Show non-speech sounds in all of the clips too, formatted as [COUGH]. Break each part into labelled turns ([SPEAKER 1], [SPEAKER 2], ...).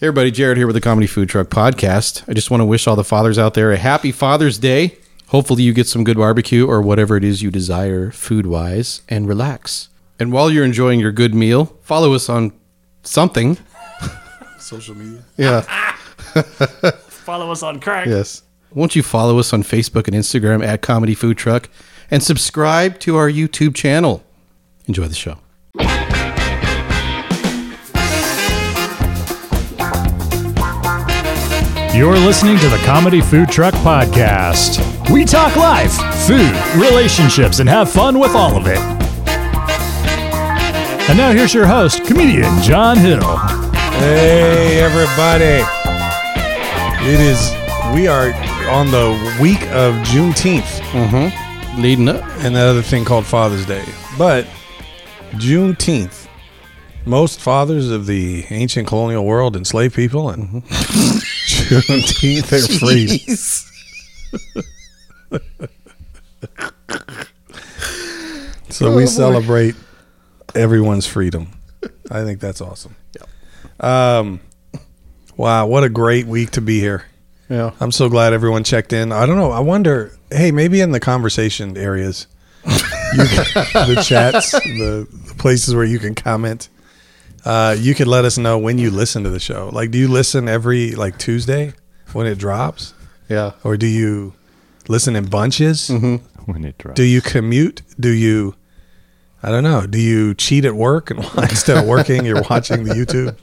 [SPEAKER 1] Hey everybody, Jared here with the Comedy Food Truck Podcast. I just want to wish all the fathers out there a happy Father's Day. Hopefully, you get some good barbecue or whatever it is you desire food wise and relax. And while you're enjoying your good meal, follow us on something.
[SPEAKER 2] social media.
[SPEAKER 1] Yeah.
[SPEAKER 3] Follow us on crack.
[SPEAKER 1] Yes. Won't you follow us on Facebook and Instagram at Comedy Food Truck and subscribe to our YouTube channel? Enjoy the show.
[SPEAKER 4] You're listening to the Comedy Food Truck Podcast. We talk life, food, relationships, and have fun with all of it. And now here's your host, comedian John Hill.
[SPEAKER 2] Hey everybody! It is. We are on the week of Juneteenth
[SPEAKER 1] Leading up.
[SPEAKER 2] and that other thing called Father's Day, but Juneteenth. Most fathers of the ancient colonial world enslaved people, and [LAUGHS] Juneteenth they're freed. so we celebrate everyone's freedom. I think that's awesome. Um, wow, what a great week to be here.
[SPEAKER 1] Yeah.
[SPEAKER 2] I'm so glad everyone checked in. I don't know. I wonder. Hey, maybe in the conversation areas, you can, [LAUGHS] the chats, the, the places where you can comment, uh, you could let us know when you listen to the show. Like, do you listen every like Tuesday when it drops,
[SPEAKER 1] Yeah.
[SPEAKER 2] or do you listen in bunches?
[SPEAKER 4] When it drops.
[SPEAKER 2] Do you commute? Do you? I don't know. Do you cheat at work and [LAUGHS] instead of working, you're watching the YouTube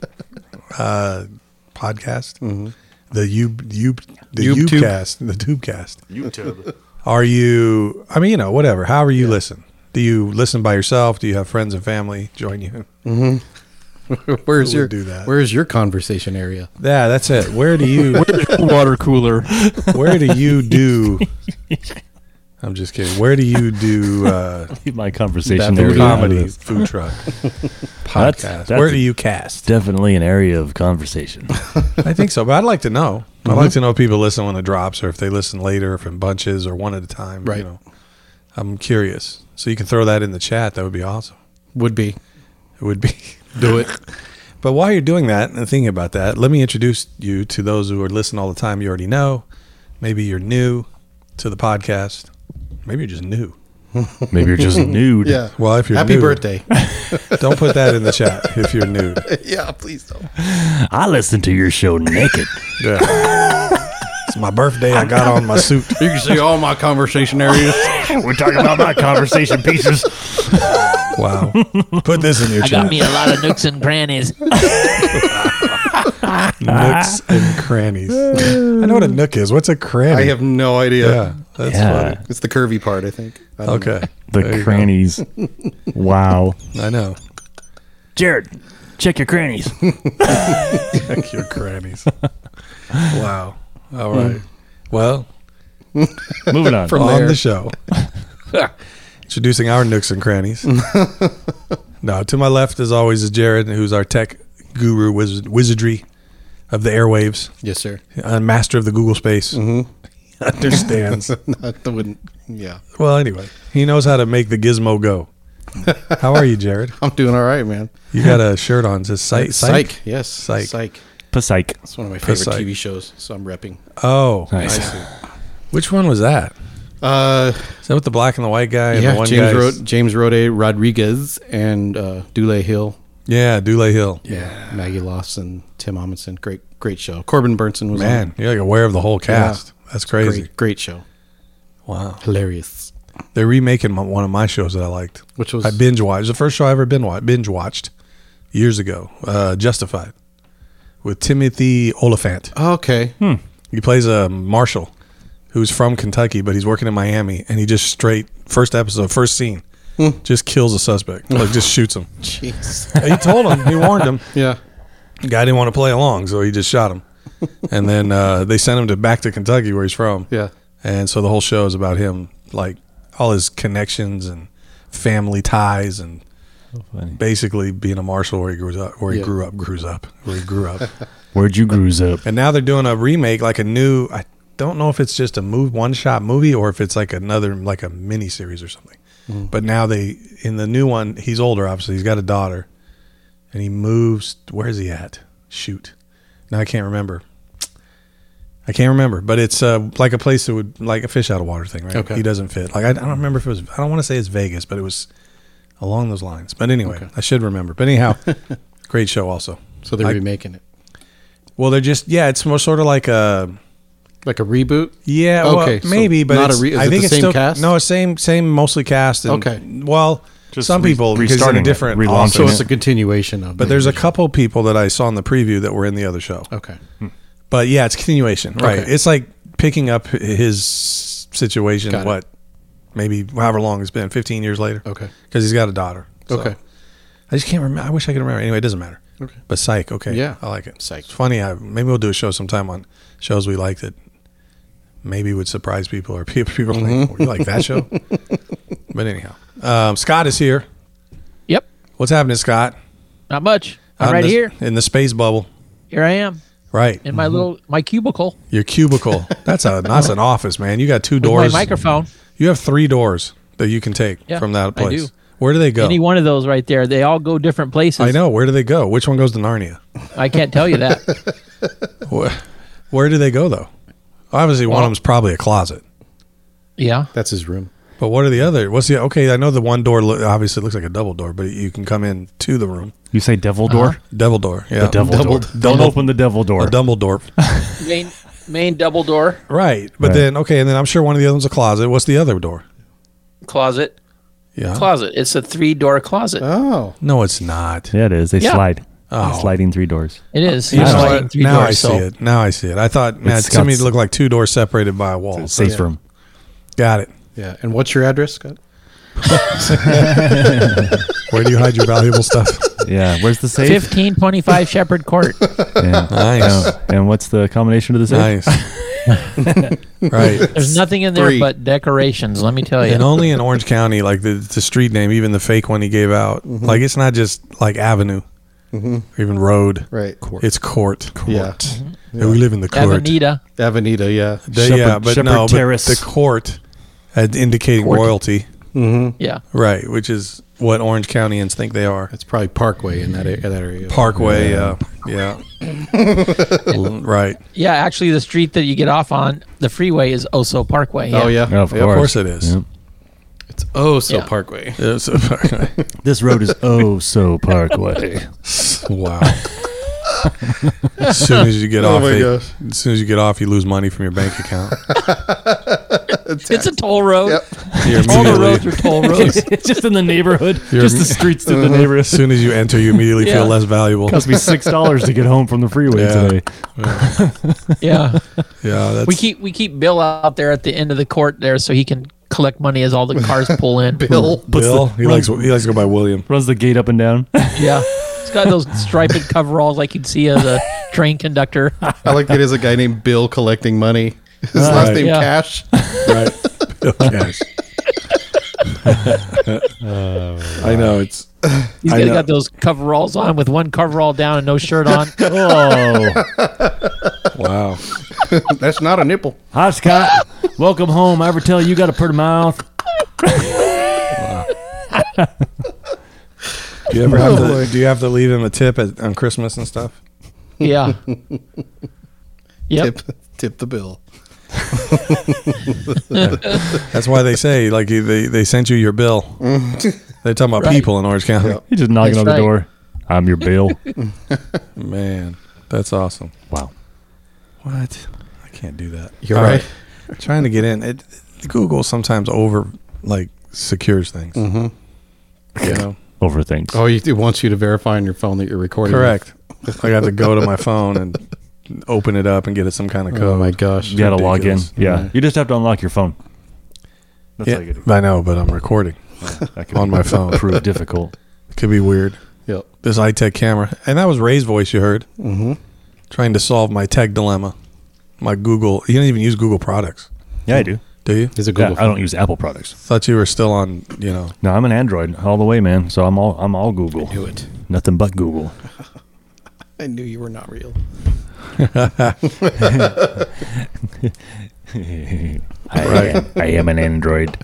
[SPEAKER 2] uh, podcast, the you you the
[SPEAKER 1] YouTube.
[SPEAKER 2] YouTubecast, the TubeCast?
[SPEAKER 3] YouTube.
[SPEAKER 2] Are you? I mean, you know, whatever. However you listen. Do you listen by yourself? Do you have friends and family join you?
[SPEAKER 1] Where's your
[SPEAKER 2] do that?
[SPEAKER 1] Where's your conversation area?
[SPEAKER 2] Yeah, that's it. Where do you?
[SPEAKER 4] [LAUGHS] water cooler?
[SPEAKER 2] where do
[SPEAKER 4] [LAUGHS]
[SPEAKER 2] you do? I'm just kidding. Where do you do uh,
[SPEAKER 4] My conversation
[SPEAKER 1] That
[SPEAKER 4] area.
[SPEAKER 1] food
[SPEAKER 4] out of
[SPEAKER 2] comedy,
[SPEAKER 4] this.
[SPEAKER 2] [LAUGHS] food truck,
[SPEAKER 4] That's,
[SPEAKER 2] podcast?
[SPEAKER 4] that's
[SPEAKER 2] where do you cast?
[SPEAKER 4] definitely an area of conversation.
[SPEAKER 2] I think so, but I'd like to know. I'd
[SPEAKER 1] Uh-huh.
[SPEAKER 2] like to know if people listen when it drops, or if they listen later, if in bunches, or one at a time.
[SPEAKER 1] Right.
[SPEAKER 2] You know, I'm curious. So you can throw that in the chat. That would be awesome.
[SPEAKER 1] Would be.
[SPEAKER 2] It would be. [LAUGHS]
[SPEAKER 1] Do it.
[SPEAKER 2] But while you're doing that and thinking about that, let me introduce you to those who are listening all the time. You already know. Maybe you're new to the podcast. Maybe you're just new.
[SPEAKER 4] Maybe you're [LAUGHS] just nude.
[SPEAKER 1] Yeah.
[SPEAKER 2] Well, if you're
[SPEAKER 1] Happy
[SPEAKER 2] new-
[SPEAKER 1] birthday.
[SPEAKER 2] Don't put that in the chat if you're new.
[SPEAKER 1] yeah, please don't.
[SPEAKER 4] I listen to your show naked.
[SPEAKER 2] Yeah. [LAUGHS] It's my birthday. I got on my suit.
[SPEAKER 1] You can see all my conversation areas.
[SPEAKER 4] [LAUGHS] We're talking about my conversation pieces.
[SPEAKER 2] Wow. Put this in your
[SPEAKER 5] I got
[SPEAKER 2] chat.
[SPEAKER 5] me a lot of
[SPEAKER 4] [LAUGHS]
[SPEAKER 5] nooks and crannies.
[SPEAKER 2] Nooks and crannies. I know what a nook is. What's a
[SPEAKER 1] [LAUGHS]
[SPEAKER 2] cranny?
[SPEAKER 1] I have no idea.
[SPEAKER 2] Yeah, that's
[SPEAKER 4] Yeah.
[SPEAKER 2] funny.
[SPEAKER 1] It's the curvy part, I think. I don't know.
[SPEAKER 2] Okay,
[SPEAKER 4] [LAUGHS] The
[SPEAKER 2] There you go.
[SPEAKER 4] crannies. Wow.
[SPEAKER 2] I know.
[SPEAKER 4] Jared, check your crannies.
[SPEAKER 2] Check your crannies. [LAUGHS] wow. All right. Well,
[SPEAKER 4] Moving on.
[SPEAKER 1] From
[SPEAKER 2] on
[SPEAKER 1] there.
[SPEAKER 2] the show, [LAUGHS] introducing our nooks and [LAUGHS] crannies. now, to my left, as always, is Jared, who's our tech guru, wiz- wizardry of the airwaves,
[SPEAKER 1] Yes, sir.
[SPEAKER 2] a master of the Google space. Mm-hmm. [LAUGHS] Understands.
[SPEAKER 1] I wouldn't. Yeah.
[SPEAKER 2] well, anyway, he knows how to make the
[SPEAKER 1] [LAUGHS]
[SPEAKER 2] gizmo go. How are you, Jared?
[SPEAKER 1] I'm doing all right, man.
[SPEAKER 2] You got a shirt on. It says psych.
[SPEAKER 1] Psych. Yes.
[SPEAKER 2] Psych.
[SPEAKER 1] Psych.
[SPEAKER 4] Psych.
[SPEAKER 1] It's one of my favorite
[SPEAKER 2] Psych.
[SPEAKER 1] TV shows, so I'm repping.
[SPEAKER 2] Oh,
[SPEAKER 4] Nice.
[SPEAKER 2] I see. Which one was that?
[SPEAKER 1] [LAUGHS] Uh,
[SPEAKER 2] Is that with the black and the white guy? And
[SPEAKER 1] yeah,
[SPEAKER 2] the one
[SPEAKER 1] James,
[SPEAKER 2] guy's-
[SPEAKER 1] Ro- James Rode Rodriguez and uh, Dule Hill.
[SPEAKER 2] Yeah, Dule Hill.
[SPEAKER 1] Yeah. Maggie Lawson, Tim Amundsen. Great, great show. Corbin Burnson was
[SPEAKER 2] Man,
[SPEAKER 1] on.
[SPEAKER 2] you're like aware of the whole cast. That's crazy.
[SPEAKER 1] Great, great show.
[SPEAKER 2] Wow.
[SPEAKER 1] Hilarious.
[SPEAKER 2] They're remaking my, one of my shows that I liked.
[SPEAKER 1] Which was
[SPEAKER 2] I binge watched. It was the first show I ever binge watched, binge watched years ago, uh, Justified, with Timothy Oliphant.
[SPEAKER 1] okay.
[SPEAKER 2] Hmm. He plays a marshal who's from Kentucky, but he's working in Miami, and he just straight, first episode, first scene, just kills a suspect.
[SPEAKER 1] [LAUGHS]
[SPEAKER 2] Like, just shoots him.
[SPEAKER 1] Hmm. Jeez.
[SPEAKER 2] he told him, he
[SPEAKER 1] [LAUGHS]
[SPEAKER 2] warned him.
[SPEAKER 1] yeah.
[SPEAKER 2] The guy didn't want to play along, so he just shot him. and then uh, they sent him to back to Kentucky where he's from.
[SPEAKER 1] Yeah.
[SPEAKER 2] And so the whole show is about him, like all his connections and family ties, and
[SPEAKER 4] funny.
[SPEAKER 2] basically being a marshal where he grew up, where he
[SPEAKER 1] Yeah.
[SPEAKER 2] grew up, grews up, where he
[SPEAKER 1] [LAUGHS]
[SPEAKER 2] grew up.
[SPEAKER 4] Where'd you grouse up?
[SPEAKER 2] and now they're doing a remake, like a new. I don't know if it's just a move one shot movie or if it's like another, like a mini series or something. But now they in the new one, he's older, obviously. He's got a daughter, and he moves. Where's he at? Shoot, Now I can't remember. I can't remember, but it's uh, like a place that would like a fish out of water thing, right?
[SPEAKER 1] Okay.
[SPEAKER 2] He doesn't fit. Like I, I don't remember if it was. I don't want to say it's Vegas, but it was along those lines. But anyway, I should remember. But anyhow, great show also.
[SPEAKER 1] So they're
[SPEAKER 2] I-
[SPEAKER 1] remaking it.
[SPEAKER 2] Well, they're just yeah. It's more sort of like uh, a
[SPEAKER 1] Like a reboot?
[SPEAKER 2] yeah.
[SPEAKER 1] Okay,
[SPEAKER 2] Okay,
[SPEAKER 1] so
[SPEAKER 2] maybe, but
[SPEAKER 1] not a
[SPEAKER 2] it's-
[SPEAKER 1] re- is
[SPEAKER 2] I
[SPEAKER 1] it
[SPEAKER 2] think
[SPEAKER 1] the
[SPEAKER 2] it's
[SPEAKER 1] same
[SPEAKER 2] still,
[SPEAKER 1] cast?
[SPEAKER 2] No, same same mostly cast. And,
[SPEAKER 1] Okay.
[SPEAKER 2] Well,
[SPEAKER 3] Just
[SPEAKER 2] some
[SPEAKER 3] re-
[SPEAKER 2] people because it's in a
[SPEAKER 3] restarting it,
[SPEAKER 2] different
[SPEAKER 3] relaunching
[SPEAKER 2] office.
[SPEAKER 1] So
[SPEAKER 3] Yeah.
[SPEAKER 1] it's a continuation of
[SPEAKER 2] But there's a couple people that I saw in the preview that were in the other show.
[SPEAKER 1] Okay.
[SPEAKER 2] But yeah, it's continuation, right?
[SPEAKER 1] Okay.
[SPEAKER 2] It's like picking up his situation.
[SPEAKER 1] Got it.
[SPEAKER 2] what, maybe however long it's been, fifteen years later.
[SPEAKER 1] Okay.
[SPEAKER 2] because he's got a daughter. So
[SPEAKER 1] Okay.
[SPEAKER 2] I just can't remember. I wish I could remember. Anyway, it doesn't matter.
[SPEAKER 1] Okay.
[SPEAKER 2] But Psych, okay,
[SPEAKER 1] Yeah.
[SPEAKER 2] I like it.
[SPEAKER 1] Psych.
[SPEAKER 2] It's funny. I, maybe we'll do a show sometime on shows we like that maybe would surprise people or [LAUGHS] people people are
[SPEAKER 1] Mm-hmm.
[SPEAKER 2] like, "Oh, you like
[SPEAKER 1] [LAUGHS]
[SPEAKER 2] that show? but anyhow, um, Scott is here.
[SPEAKER 5] Yep.
[SPEAKER 2] What's happening, Scott?
[SPEAKER 5] Not much. I'm
[SPEAKER 2] Out in
[SPEAKER 5] right
[SPEAKER 2] the-
[SPEAKER 5] here.
[SPEAKER 2] in the space bubble.
[SPEAKER 5] Here I am
[SPEAKER 2] Right.
[SPEAKER 5] in my little my cubicle
[SPEAKER 2] Your cubicle. That's a that's
[SPEAKER 5] [LAUGHS]
[SPEAKER 2] an office, man. You got two
[SPEAKER 5] with
[SPEAKER 2] doors.
[SPEAKER 5] my microphone.
[SPEAKER 2] You have three doors that you can take
[SPEAKER 5] Yeah,
[SPEAKER 2] from that
[SPEAKER 5] I
[SPEAKER 2] place.
[SPEAKER 5] do.
[SPEAKER 2] Where do they go?
[SPEAKER 5] Any one of those right there, they all go different places.
[SPEAKER 2] I know. Where do they go? Which one goes to Narnia?
[SPEAKER 5] I can't tell you that.
[SPEAKER 2] [LAUGHS] Where, where do they go though? Obviously, one of them's probably a closet.
[SPEAKER 5] yeah.
[SPEAKER 1] That's his room.
[SPEAKER 2] But what are the other? What's the okay? I know the one door lo- obviously looks like a double door, but you can come in to the room.
[SPEAKER 4] You say devil door?
[SPEAKER 2] Devil door, yeah.
[SPEAKER 4] The Uh-huh. devil door. Don't open the devil
[SPEAKER 2] A
[SPEAKER 4] door.
[SPEAKER 2] double door,
[SPEAKER 5] Main main double door
[SPEAKER 2] right? But
[SPEAKER 4] Right.
[SPEAKER 2] then okay, and then I'm sure one of the other ones a closet. What's the other door?
[SPEAKER 5] closet.
[SPEAKER 2] Yeah.
[SPEAKER 5] Closet. It's a three door closet.
[SPEAKER 1] Oh.
[SPEAKER 2] No, it's not.
[SPEAKER 4] Yeah, it is. They
[SPEAKER 5] Yeah.
[SPEAKER 4] slide.
[SPEAKER 2] Oh.
[SPEAKER 4] Sliding three doors.
[SPEAKER 5] it is.
[SPEAKER 2] You
[SPEAKER 5] It's
[SPEAKER 2] know
[SPEAKER 5] like
[SPEAKER 2] what?
[SPEAKER 5] three
[SPEAKER 2] Now
[SPEAKER 5] doors,
[SPEAKER 2] I see
[SPEAKER 5] so-
[SPEAKER 2] it. Now I see it. I thought man,
[SPEAKER 4] It's
[SPEAKER 2] to me it
[SPEAKER 4] Scott's-
[SPEAKER 2] looked like two doors separated by a wall.
[SPEAKER 4] Safe room.
[SPEAKER 2] Got it.
[SPEAKER 1] Yeah. And what's your address, Scott?
[SPEAKER 2] Where do you hide your valuable stuff?
[SPEAKER 4] Yeah. Where's the safe?
[SPEAKER 5] 1525
[SPEAKER 2] [LAUGHS]
[SPEAKER 5] Shepherd Court.
[SPEAKER 4] Yeah.
[SPEAKER 5] [LAUGHS]
[SPEAKER 2] Nice.
[SPEAKER 4] Yeah. And what's the combination to the safe?
[SPEAKER 2] Nice. [LAUGHS] right.
[SPEAKER 5] There's nothing in there
[SPEAKER 1] Three.
[SPEAKER 5] but decorations, let me tell you.
[SPEAKER 2] And only in Orange County, like the, the street name, even the fake one he gave out,
[SPEAKER 1] Mm-hmm.
[SPEAKER 2] like it's not just like Avenue or even Road.
[SPEAKER 1] Right.
[SPEAKER 2] It's Court. Court.
[SPEAKER 1] Yeah. Mm-hmm.
[SPEAKER 2] And we live in the Court.
[SPEAKER 5] Avenida.
[SPEAKER 1] Avenida, yeah.
[SPEAKER 2] The- yeah,
[SPEAKER 4] Shepherd-
[SPEAKER 2] but
[SPEAKER 4] Shepherd
[SPEAKER 2] no, but
[SPEAKER 4] Terrace.
[SPEAKER 2] the Court, had indicating royalty,
[SPEAKER 5] Yeah.
[SPEAKER 2] right? Which is what Orange Countyans think they are.
[SPEAKER 1] It's probably Parkway in that, a- that area.
[SPEAKER 2] Parkway. Yeah. yeah.
[SPEAKER 1] [LAUGHS]
[SPEAKER 2] L- right.
[SPEAKER 5] Yeah, actually the street that you get off on, the freeway is Oso Parkway.
[SPEAKER 1] Oh, yeah.
[SPEAKER 4] Of,
[SPEAKER 1] Yeah,
[SPEAKER 4] course.
[SPEAKER 2] course it is.
[SPEAKER 4] Yep.
[SPEAKER 1] It's oh so
[SPEAKER 5] Yeah.
[SPEAKER 1] Parkway.
[SPEAKER 2] Yeah, so-
[SPEAKER 4] This road is oh so parkway.
[SPEAKER 2] wow. [LAUGHS] as soon as you get
[SPEAKER 1] Oh
[SPEAKER 2] off,
[SPEAKER 1] my
[SPEAKER 2] they-
[SPEAKER 1] gosh.
[SPEAKER 2] as soon as you get off, you lose money from your bank account.
[SPEAKER 5] It's a toll road.
[SPEAKER 2] You're
[SPEAKER 5] All the
[SPEAKER 2] immediately- [LAUGHS]
[SPEAKER 5] roads are [LAUGHS] toll roads.
[SPEAKER 4] [LAUGHS] just in the neighborhood.
[SPEAKER 2] You're-
[SPEAKER 4] just the streets to the neighborhood.
[SPEAKER 2] As soon as you enter, you immediately
[SPEAKER 5] Yeah.
[SPEAKER 2] feel less valuable.
[SPEAKER 4] Cost me six dollars to get home from the freeway
[SPEAKER 2] Yeah.
[SPEAKER 4] today.
[SPEAKER 5] [LAUGHS] yeah.
[SPEAKER 2] Yeah, that's [LAUGHS]
[SPEAKER 5] We keep we keep Bill out there at the end of the court there so he can collect money as all the cars pull in.
[SPEAKER 1] Bill.
[SPEAKER 2] Bill.
[SPEAKER 4] Puts the-
[SPEAKER 2] he likes he likes to go by William.
[SPEAKER 4] Runs the gate up and down. [LAUGHS]
[SPEAKER 5] Yeah. He's got those striped coveralls like you'd see as a train conductor.
[SPEAKER 1] I like that as a guy named Bill collecting money. [LAUGHS] His last name
[SPEAKER 5] yeah.
[SPEAKER 1] Cash. [LAUGHS]
[SPEAKER 5] [LAUGHS]
[SPEAKER 2] Right. Bill Cash. I know it's
[SPEAKER 5] He's
[SPEAKER 2] I
[SPEAKER 5] got,
[SPEAKER 2] know.
[SPEAKER 5] got those coveralls on with one coverall down and no shirt on.
[SPEAKER 4] Oh,
[SPEAKER 2] wow.
[SPEAKER 1] That's not a nipple.
[SPEAKER 4] hi Scott. Welcome home. I ever tell you you got a pretty mouth?
[SPEAKER 2] Do you
[SPEAKER 5] Oh,
[SPEAKER 2] ever have to, do you have to leave him a tip at, on Christmas and stuff?
[SPEAKER 5] Yeah. Yep.
[SPEAKER 1] Tip tip the bill.
[SPEAKER 2] That's why they say like you- they they sent you your bill. They're talking about
[SPEAKER 5] Mm. Right.
[SPEAKER 2] people in Orange County.
[SPEAKER 4] He's just knocking
[SPEAKER 5] That's
[SPEAKER 4] on
[SPEAKER 5] right.
[SPEAKER 4] the door. I'm your bill.
[SPEAKER 2] Man, that's awesome.
[SPEAKER 4] wow.
[SPEAKER 2] What? I can't do that.
[SPEAKER 1] You're
[SPEAKER 2] All
[SPEAKER 1] right.
[SPEAKER 2] Trying to get in. It, Google sometimes over like secures things.
[SPEAKER 1] Mm-hmm.
[SPEAKER 2] You know.
[SPEAKER 4] Over things.
[SPEAKER 1] Oh, you- it wants you to verify on your phone that you're recording.
[SPEAKER 2] Correct. I got to go to my phone and open it up and get it some kind of code.
[SPEAKER 1] Oh my gosh.
[SPEAKER 4] you got to log in.
[SPEAKER 2] ridiculous.
[SPEAKER 4] Yeah.
[SPEAKER 1] Yeah.
[SPEAKER 4] You just have to unlock your phone. That's
[SPEAKER 2] Yeah, I know, but I'm recording.
[SPEAKER 4] That
[SPEAKER 2] on
[SPEAKER 4] be-
[SPEAKER 2] my phone.
[SPEAKER 4] Prove difficult.
[SPEAKER 2] Could be weird.
[SPEAKER 1] Yep.
[SPEAKER 2] This iTech camera, and that was Ray's voice you heard. Mm-hmm. Trying to solve my tech dilemma. My Google. You don't even use Google products,
[SPEAKER 4] Yeah, I do.
[SPEAKER 2] do you?
[SPEAKER 1] Is it
[SPEAKER 4] Yeah,
[SPEAKER 1] Google?
[SPEAKER 4] I don't use Apple products.
[SPEAKER 2] Thought you were still on. You know.
[SPEAKER 4] No, I'm an Android all the way, man. So I'm all I'm all Google.
[SPEAKER 1] knew it.
[SPEAKER 4] Nothing but Google.
[SPEAKER 1] I knew you were not real.
[SPEAKER 4] I, am, I am an Android.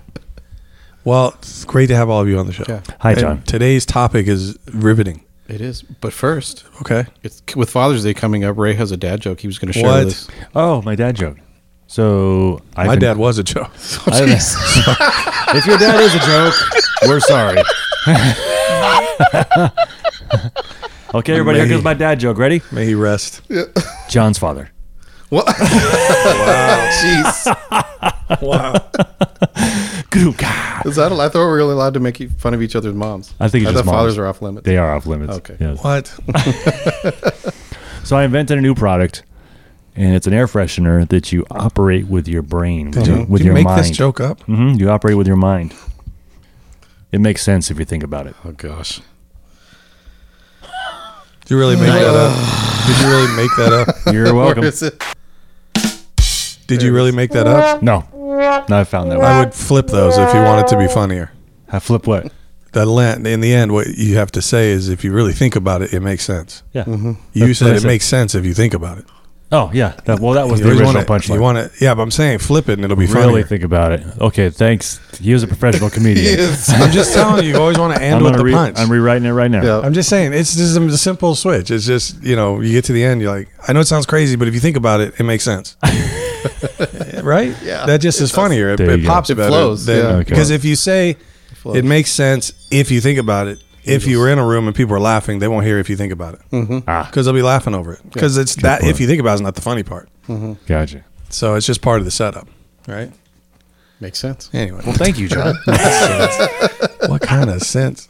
[SPEAKER 2] Well, it's great to have all of you on the show.
[SPEAKER 1] Yeah.
[SPEAKER 4] Hi,
[SPEAKER 2] And
[SPEAKER 4] John.
[SPEAKER 2] Today's topic is riveting.
[SPEAKER 1] It is. But first,
[SPEAKER 2] Okay.
[SPEAKER 1] it's, with Father's Day coming up, Ray has a dad joke he was going to share
[SPEAKER 2] What?
[SPEAKER 1] with us.
[SPEAKER 6] Oh, my dad joke. So I've
[SPEAKER 2] My
[SPEAKER 6] been-
[SPEAKER 2] dad was a joke.
[SPEAKER 6] [LAUGHS] I don't know. if your dad is a joke, we're sorry. okay, everybody, here goes my dad joke. Ready?
[SPEAKER 2] May he rest.
[SPEAKER 6] John's father.
[SPEAKER 1] What? Jeez.
[SPEAKER 6] Gru-ka.
[SPEAKER 1] Is that, al- I thought we were only allowed to make e- fun of each other's moms.
[SPEAKER 6] I think it's
[SPEAKER 1] I
[SPEAKER 6] just
[SPEAKER 1] thought
[SPEAKER 6] moms.
[SPEAKER 1] fathers are off limits.
[SPEAKER 6] They are off limits.
[SPEAKER 1] Okay.
[SPEAKER 6] Yes. [LAUGHS]
[SPEAKER 2] What?
[SPEAKER 6] So I invented a new product, and it's an air freshener that you operate with your brain, with, your,
[SPEAKER 2] Did
[SPEAKER 6] with
[SPEAKER 2] you
[SPEAKER 6] your
[SPEAKER 2] make
[SPEAKER 6] mind.
[SPEAKER 2] this joke up?
[SPEAKER 6] hmm You operate with your mind. It makes sense if you think about it.
[SPEAKER 1] Oh, gosh.
[SPEAKER 2] Did you really make that
[SPEAKER 6] [SIGHS]
[SPEAKER 2] up? Did you really make that up?
[SPEAKER 6] You're
[SPEAKER 1] Where
[SPEAKER 6] welcome.
[SPEAKER 1] is it?
[SPEAKER 2] Did you really make that up?
[SPEAKER 6] No, no, I found that.
[SPEAKER 2] I
[SPEAKER 6] One.
[SPEAKER 2] would flip those if you wanted to be funnier.
[SPEAKER 6] I flip what?
[SPEAKER 2] That land in the end, what you have to say is, if you really think about it, it makes sense.
[SPEAKER 6] Yeah.
[SPEAKER 2] You
[SPEAKER 6] what
[SPEAKER 2] said
[SPEAKER 6] I
[SPEAKER 2] it
[SPEAKER 6] said.
[SPEAKER 2] makes sense if you think about it.
[SPEAKER 6] Oh yeah. That, well, that was
[SPEAKER 2] You
[SPEAKER 6] the original
[SPEAKER 2] wanna-
[SPEAKER 6] punchline.
[SPEAKER 2] You want to, yeah, but I'm saying flip it and it'll be funnier.
[SPEAKER 6] really think about it. Okay, thanks. He was a professional comedian.
[SPEAKER 2] [LAUGHS] I'm just telling you, you always want to end
[SPEAKER 6] I'm,
[SPEAKER 2] with
[SPEAKER 6] gonna
[SPEAKER 2] the
[SPEAKER 6] re-
[SPEAKER 2] punch.
[SPEAKER 6] I'm rewriting it right now.
[SPEAKER 1] Yeah.
[SPEAKER 2] I'm just saying, it's just a simple switch. It's just you know, you get to the end, you're like, I know it sounds crazy, but if you think about it, it makes sense, right?
[SPEAKER 1] Yeah.
[SPEAKER 2] that just is funnier. It,
[SPEAKER 6] There
[SPEAKER 2] it
[SPEAKER 6] you go.
[SPEAKER 2] pops
[SPEAKER 1] It
[SPEAKER 2] better
[SPEAKER 1] flows,
[SPEAKER 2] than-
[SPEAKER 1] yeah. Okay.
[SPEAKER 2] because if you say
[SPEAKER 1] flows.
[SPEAKER 2] it makes sense if you think about it. If you were in a room and people were laughing, they won't hear if you think about it because
[SPEAKER 1] Mm-hmm.
[SPEAKER 6] Ah.
[SPEAKER 2] they'll be laughing over it. Because it's that
[SPEAKER 6] point.
[SPEAKER 2] if you think about it is not the funny part.
[SPEAKER 6] Gotcha.
[SPEAKER 2] So it's just part of the setup, right?
[SPEAKER 1] Makes sense.
[SPEAKER 2] Anyway,
[SPEAKER 6] [LAUGHS] Thank you, John.
[SPEAKER 2] what kind of sense?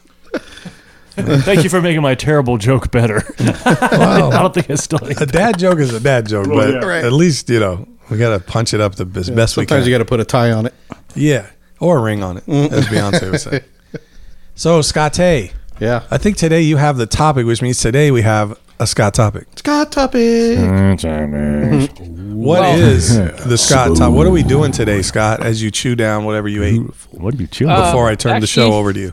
[SPEAKER 6] Thank you for making my terrible joke better.
[SPEAKER 2] Wow.
[SPEAKER 6] [LAUGHS] I don't think it's still.
[SPEAKER 2] [LAUGHS] a dad joke is a dad joke, but
[SPEAKER 3] yeah.
[SPEAKER 1] Right.
[SPEAKER 2] at least you know we gotta punch it up the as best we can.
[SPEAKER 1] Sometimes you got to put a tie on it.
[SPEAKER 2] yeah, or a ring on it,
[SPEAKER 6] Mm.
[SPEAKER 2] as Beyonce would
[SPEAKER 6] [LAUGHS]
[SPEAKER 2] say. So Scott, I
[SPEAKER 1] Yeah.
[SPEAKER 2] think today you have the topic, which means today we have a Scott topic.
[SPEAKER 1] Scott topic.
[SPEAKER 6] Mm-hmm.
[SPEAKER 2] What
[SPEAKER 6] [LAUGHS]
[SPEAKER 2] is the Scott topic? What are we doing today, Scott? As you chew down whatever you ate
[SPEAKER 6] what are you chewing?
[SPEAKER 5] Uh,
[SPEAKER 2] before I turn the show
[SPEAKER 5] actually-
[SPEAKER 2] over to you.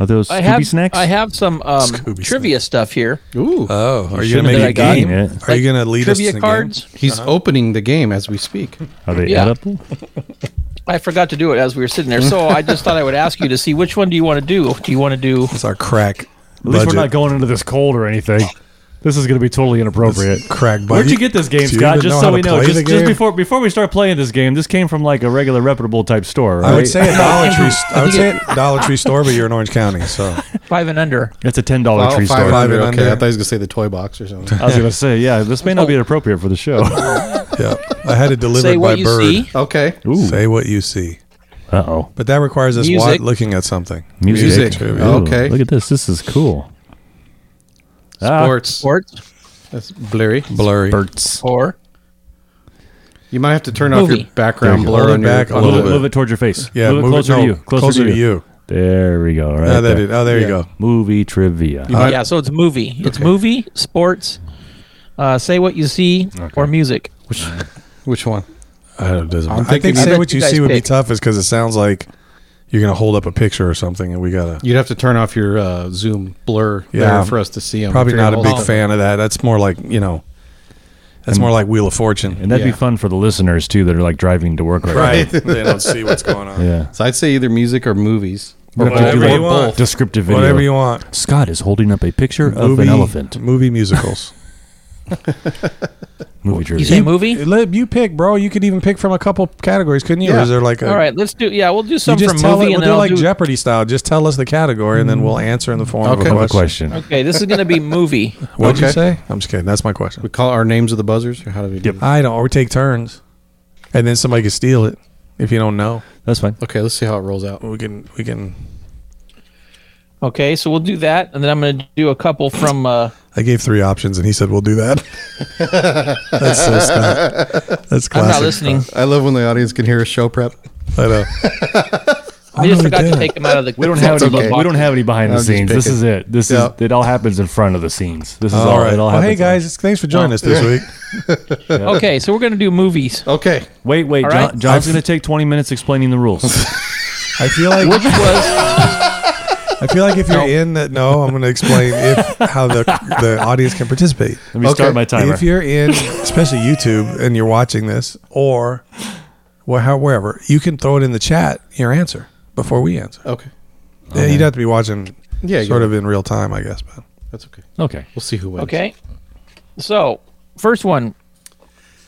[SPEAKER 6] Are those Scooby
[SPEAKER 5] I have
[SPEAKER 6] snacks?
[SPEAKER 5] I have some um,
[SPEAKER 2] Scooby
[SPEAKER 5] trivia stuff here.
[SPEAKER 1] Ooh.
[SPEAKER 2] Oh, are you
[SPEAKER 6] should've
[SPEAKER 2] gonna make a
[SPEAKER 5] done that,
[SPEAKER 2] game?
[SPEAKER 6] guys.
[SPEAKER 2] Are you gonna lead us in
[SPEAKER 5] Trivia
[SPEAKER 2] a game?
[SPEAKER 5] cards.
[SPEAKER 1] He's opening the game as we speak.
[SPEAKER 6] Are they
[SPEAKER 5] Yeah.
[SPEAKER 6] edible?
[SPEAKER 5] I forgot to do it as we were sitting there, so I just thought I would ask you to see which one do you want to do. Do you want to do?
[SPEAKER 2] It's our crack.
[SPEAKER 6] At least we're not going into this cold or anything. This is going to be totally inappropriate.
[SPEAKER 2] Crack. budget.
[SPEAKER 6] Where'd you get this game,
[SPEAKER 2] Do you
[SPEAKER 6] Scott?
[SPEAKER 2] even
[SPEAKER 6] Just
[SPEAKER 2] know
[SPEAKER 6] so
[SPEAKER 2] how
[SPEAKER 6] we
[SPEAKER 2] to
[SPEAKER 6] know,
[SPEAKER 2] play
[SPEAKER 6] just,
[SPEAKER 2] the
[SPEAKER 6] just
[SPEAKER 2] game?
[SPEAKER 6] before before we start playing this game, this came from like a regular reputable type store, right?
[SPEAKER 2] I would say a
[SPEAKER 6] [LAUGHS]
[SPEAKER 2] Dollar Tree. st- I would say a Dollar Tree store, but you're in Orange County, so
[SPEAKER 5] Five and under.
[SPEAKER 6] it's a ten dollar
[SPEAKER 1] Oh,
[SPEAKER 6] tree store.
[SPEAKER 2] Five and
[SPEAKER 1] okay.
[SPEAKER 2] under.
[SPEAKER 1] I thought he was going to say the toy box or something.
[SPEAKER 6] [LAUGHS] I was going to say, yeah, this may not
[SPEAKER 2] Oh.
[SPEAKER 6] be appropriate for the show.
[SPEAKER 2] [LAUGHS] yeah. I had it delivered
[SPEAKER 5] Say
[SPEAKER 2] by
[SPEAKER 5] what you
[SPEAKER 2] bird.
[SPEAKER 5] see.
[SPEAKER 1] okay.
[SPEAKER 6] Ooh.
[SPEAKER 2] Say what you see.
[SPEAKER 6] Uh oh.
[SPEAKER 2] But that requires us
[SPEAKER 5] Music.
[SPEAKER 2] wa- looking at something.
[SPEAKER 1] Music.
[SPEAKER 2] trivia.
[SPEAKER 1] Oh. Okay.
[SPEAKER 6] Look at this. This is cool. Ah,
[SPEAKER 1] Sports.
[SPEAKER 5] Sports
[SPEAKER 1] That's blurry.
[SPEAKER 2] Blurry.
[SPEAKER 6] Birds.
[SPEAKER 5] or
[SPEAKER 1] You might have to turn off
[SPEAKER 5] Movie.
[SPEAKER 1] your background
[SPEAKER 6] There you go.
[SPEAKER 1] blur
[SPEAKER 2] Hold it
[SPEAKER 1] on your,
[SPEAKER 2] back a
[SPEAKER 1] on
[SPEAKER 6] Move
[SPEAKER 2] little
[SPEAKER 6] it,
[SPEAKER 1] the-
[SPEAKER 2] bit.
[SPEAKER 6] move it towards your face.
[SPEAKER 2] Yeah,
[SPEAKER 6] move it
[SPEAKER 2] move it-
[SPEAKER 6] closer
[SPEAKER 2] no,
[SPEAKER 6] to you. Closer,
[SPEAKER 2] closer to you.
[SPEAKER 6] There we go. Right
[SPEAKER 2] Oh, that
[SPEAKER 6] there.
[SPEAKER 2] did- oh, there you
[SPEAKER 1] Yeah.
[SPEAKER 2] go.
[SPEAKER 6] Movie trivia.
[SPEAKER 5] yeah. So it's movie. It's movie, sports. Uh, say what you see or music.
[SPEAKER 1] Which one?
[SPEAKER 2] I, don't, doesn't
[SPEAKER 1] I'm
[SPEAKER 2] matter. I think
[SPEAKER 1] thinking- I
[SPEAKER 2] say
[SPEAKER 1] bet
[SPEAKER 2] what
[SPEAKER 5] you
[SPEAKER 2] you
[SPEAKER 5] guys
[SPEAKER 2] see would be
[SPEAKER 5] pick.
[SPEAKER 2] tough, is because it sounds like you're gonna hold up a picture or something, and we gotta.
[SPEAKER 1] You'd have to turn off your uh, Zoom blur
[SPEAKER 2] Yeah.
[SPEAKER 1] there for us to see them.
[SPEAKER 2] Probably not a big
[SPEAKER 5] hold up.
[SPEAKER 2] fan of that. That's more like you know. That's more like Wheel of Fortune.
[SPEAKER 6] And that'd
[SPEAKER 1] Yeah.
[SPEAKER 6] be fun for the listeners too that are like driving to work right,
[SPEAKER 2] [LAUGHS] Right. they don't see what's going on.
[SPEAKER 6] now. Yeah.
[SPEAKER 1] So I'd say either music or movies.
[SPEAKER 6] We'll have to
[SPEAKER 2] Whatever
[SPEAKER 6] do, like,
[SPEAKER 2] you want.
[SPEAKER 6] Descriptive video.
[SPEAKER 2] Whatever you want.
[SPEAKER 6] Scott is holding up a picture of an
[SPEAKER 2] Movie-
[SPEAKER 6] elephant.
[SPEAKER 2] Movie
[SPEAKER 5] [LAUGHS]
[SPEAKER 2] musicals.
[SPEAKER 6] Movie
[SPEAKER 5] You
[SPEAKER 6] trivia.
[SPEAKER 5] say movie.
[SPEAKER 2] Let you pick, bro. You could even pick from a couple categories, couldn't you? Or
[SPEAKER 1] Yeah.
[SPEAKER 2] is there like a
[SPEAKER 5] All right, let's do. Yeah, we'll do
[SPEAKER 2] You
[SPEAKER 5] some
[SPEAKER 2] just
[SPEAKER 5] from
[SPEAKER 2] tell
[SPEAKER 5] movie,
[SPEAKER 2] it, we'll
[SPEAKER 5] and then
[SPEAKER 2] do
[SPEAKER 5] I'll
[SPEAKER 2] like
[SPEAKER 5] do. Mm.
[SPEAKER 2] Jeopardy style. Just tell us the category, and then we'll answer in the form
[SPEAKER 1] Okay.
[SPEAKER 2] of
[SPEAKER 6] Have
[SPEAKER 2] a
[SPEAKER 6] a
[SPEAKER 2] question.
[SPEAKER 6] question.
[SPEAKER 5] okay, this is gonna be movie.
[SPEAKER 2] What'd you
[SPEAKER 1] Okay.
[SPEAKER 2] say? I'm just kidding. That's my
[SPEAKER 1] We
[SPEAKER 2] question.
[SPEAKER 1] call our names of the buzzers, or how do we do
[SPEAKER 6] Yep.
[SPEAKER 1] that?
[SPEAKER 2] I don't. Or we take turns, and then somebody can steal it if you don't know.
[SPEAKER 6] That's fine.
[SPEAKER 1] Okay, let's see how it rolls out.
[SPEAKER 2] We can. We can.
[SPEAKER 5] Okay, so we'll do that, and then I'm gonna do a couple from. Uh,
[SPEAKER 2] I gave three options, and he said, "We'll do [LAUGHS] that." That's so Scott. That's classic.
[SPEAKER 5] I'm not listening.
[SPEAKER 1] I love when the audience can hear a show prep.
[SPEAKER 2] I know.
[SPEAKER 5] I just
[SPEAKER 2] Oh,
[SPEAKER 5] forgot to
[SPEAKER 2] yeah.
[SPEAKER 5] take them [LAUGHS] out of the.
[SPEAKER 6] We don't have
[SPEAKER 1] That's
[SPEAKER 6] any.
[SPEAKER 1] okay.
[SPEAKER 6] We don't have any behind the
[SPEAKER 1] I'm just
[SPEAKER 6] scenes. This
[SPEAKER 1] picking.
[SPEAKER 6] is it. This
[SPEAKER 1] Yeah.
[SPEAKER 6] is it. All happens in front of the scenes. This is all.
[SPEAKER 2] All right.
[SPEAKER 6] It all
[SPEAKER 2] Well, hey
[SPEAKER 6] happens in-
[SPEAKER 2] guys, it's- thanks for
[SPEAKER 5] Oh.
[SPEAKER 2] joining us this week.
[SPEAKER 5] Okay, so we're gonna do movies.
[SPEAKER 1] Okay.
[SPEAKER 6] Wait, wait.
[SPEAKER 5] All
[SPEAKER 6] John,
[SPEAKER 5] right.
[SPEAKER 6] John's
[SPEAKER 2] I've-
[SPEAKER 6] going to take 20 minutes explaining the rules.
[SPEAKER 2] I feel like which was. I feel like if you're in that, no, I'm going to explain if how the the audience can participate.
[SPEAKER 6] Let me
[SPEAKER 1] Okay.
[SPEAKER 6] start my timer. [LAUGHS]
[SPEAKER 2] If you're in, especially YouTube, and you're watching this, or well, how, wherever, you can throw it in the chat your answer before we answer.
[SPEAKER 1] Okay.
[SPEAKER 2] Yeah, You'd have to be watching
[SPEAKER 1] Yeah,
[SPEAKER 2] sort of in real time, I guess. But
[SPEAKER 1] That's okay.
[SPEAKER 6] Okay.
[SPEAKER 1] We'll see who wins.
[SPEAKER 5] Okay. So, first one.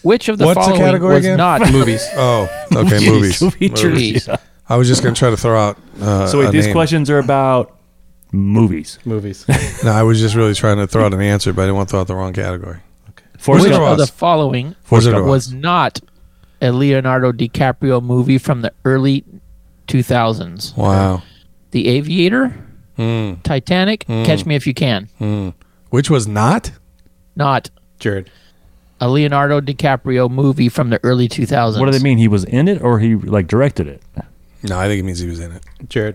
[SPEAKER 5] Which of the
[SPEAKER 2] What's the
[SPEAKER 5] following
[SPEAKER 2] category
[SPEAKER 5] was
[SPEAKER 2] again? [LAUGHS]
[SPEAKER 5] not
[SPEAKER 1] Movies.
[SPEAKER 2] oh, okay, movies. Movies.
[SPEAKER 5] movies?
[SPEAKER 2] I was just gonna try to throw out. Uh,
[SPEAKER 6] So wait,
[SPEAKER 2] a
[SPEAKER 6] these
[SPEAKER 2] name.
[SPEAKER 6] questions are about movies.
[SPEAKER 1] Movies. [LAUGHS]
[SPEAKER 2] No, I was just really trying to throw out an answer, but I didn't want to throw out the wrong category.
[SPEAKER 6] Forrest
[SPEAKER 2] Which
[SPEAKER 6] Gump.
[SPEAKER 5] Of
[SPEAKER 2] Oz.
[SPEAKER 5] the following
[SPEAKER 2] Wizard of
[SPEAKER 5] was
[SPEAKER 2] Oz.
[SPEAKER 5] not a Leonardo DiCaprio movie from the early 2000s.
[SPEAKER 2] Wow.
[SPEAKER 5] The Aviator,
[SPEAKER 6] Hmm.
[SPEAKER 5] Titanic, Catch Me If You Can.
[SPEAKER 2] Which was not?
[SPEAKER 5] Not
[SPEAKER 1] Jared.
[SPEAKER 5] a Leonardo DiCaprio movie from the early 2000s.
[SPEAKER 6] What do they mean? He was in it, or he like directed it?
[SPEAKER 2] No, I think it means he was in it.
[SPEAKER 1] Jared.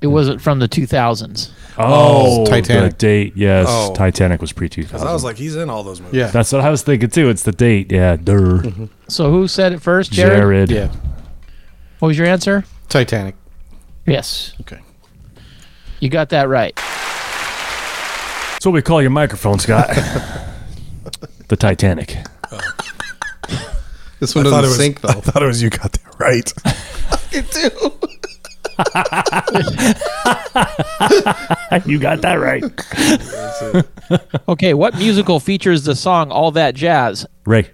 [SPEAKER 5] It wasn't from the 2000s.
[SPEAKER 6] Oh,
[SPEAKER 1] Titanic.
[SPEAKER 6] The date, yes.
[SPEAKER 2] Oh.
[SPEAKER 6] Titanic was pre two
[SPEAKER 2] I was
[SPEAKER 6] thousand.
[SPEAKER 2] like, he's in all those movies.
[SPEAKER 1] Yeah.
[SPEAKER 6] That's what I was thinking too. It's the date, yeah. Durr.
[SPEAKER 5] So who said it first, Jared?
[SPEAKER 6] Mm-hmm. Jared.
[SPEAKER 1] yeah.
[SPEAKER 5] What was your answer?
[SPEAKER 1] Titanic.
[SPEAKER 5] Yes,
[SPEAKER 1] Okay.
[SPEAKER 5] you got that right.
[SPEAKER 6] That's what we call your microphone, [LAUGHS] Scott. the Titanic.
[SPEAKER 1] This one
[SPEAKER 2] I, thought it
[SPEAKER 1] doesn't
[SPEAKER 2] was,
[SPEAKER 1] sink
[SPEAKER 2] I
[SPEAKER 1] though.
[SPEAKER 2] thought it was you got that [LAUGHS] right.
[SPEAKER 6] [LAUGHS] you got that right.
[SPEAKER 5] Okay, what musical features the song All That Jazz?
[SPEAKER 6] Ray.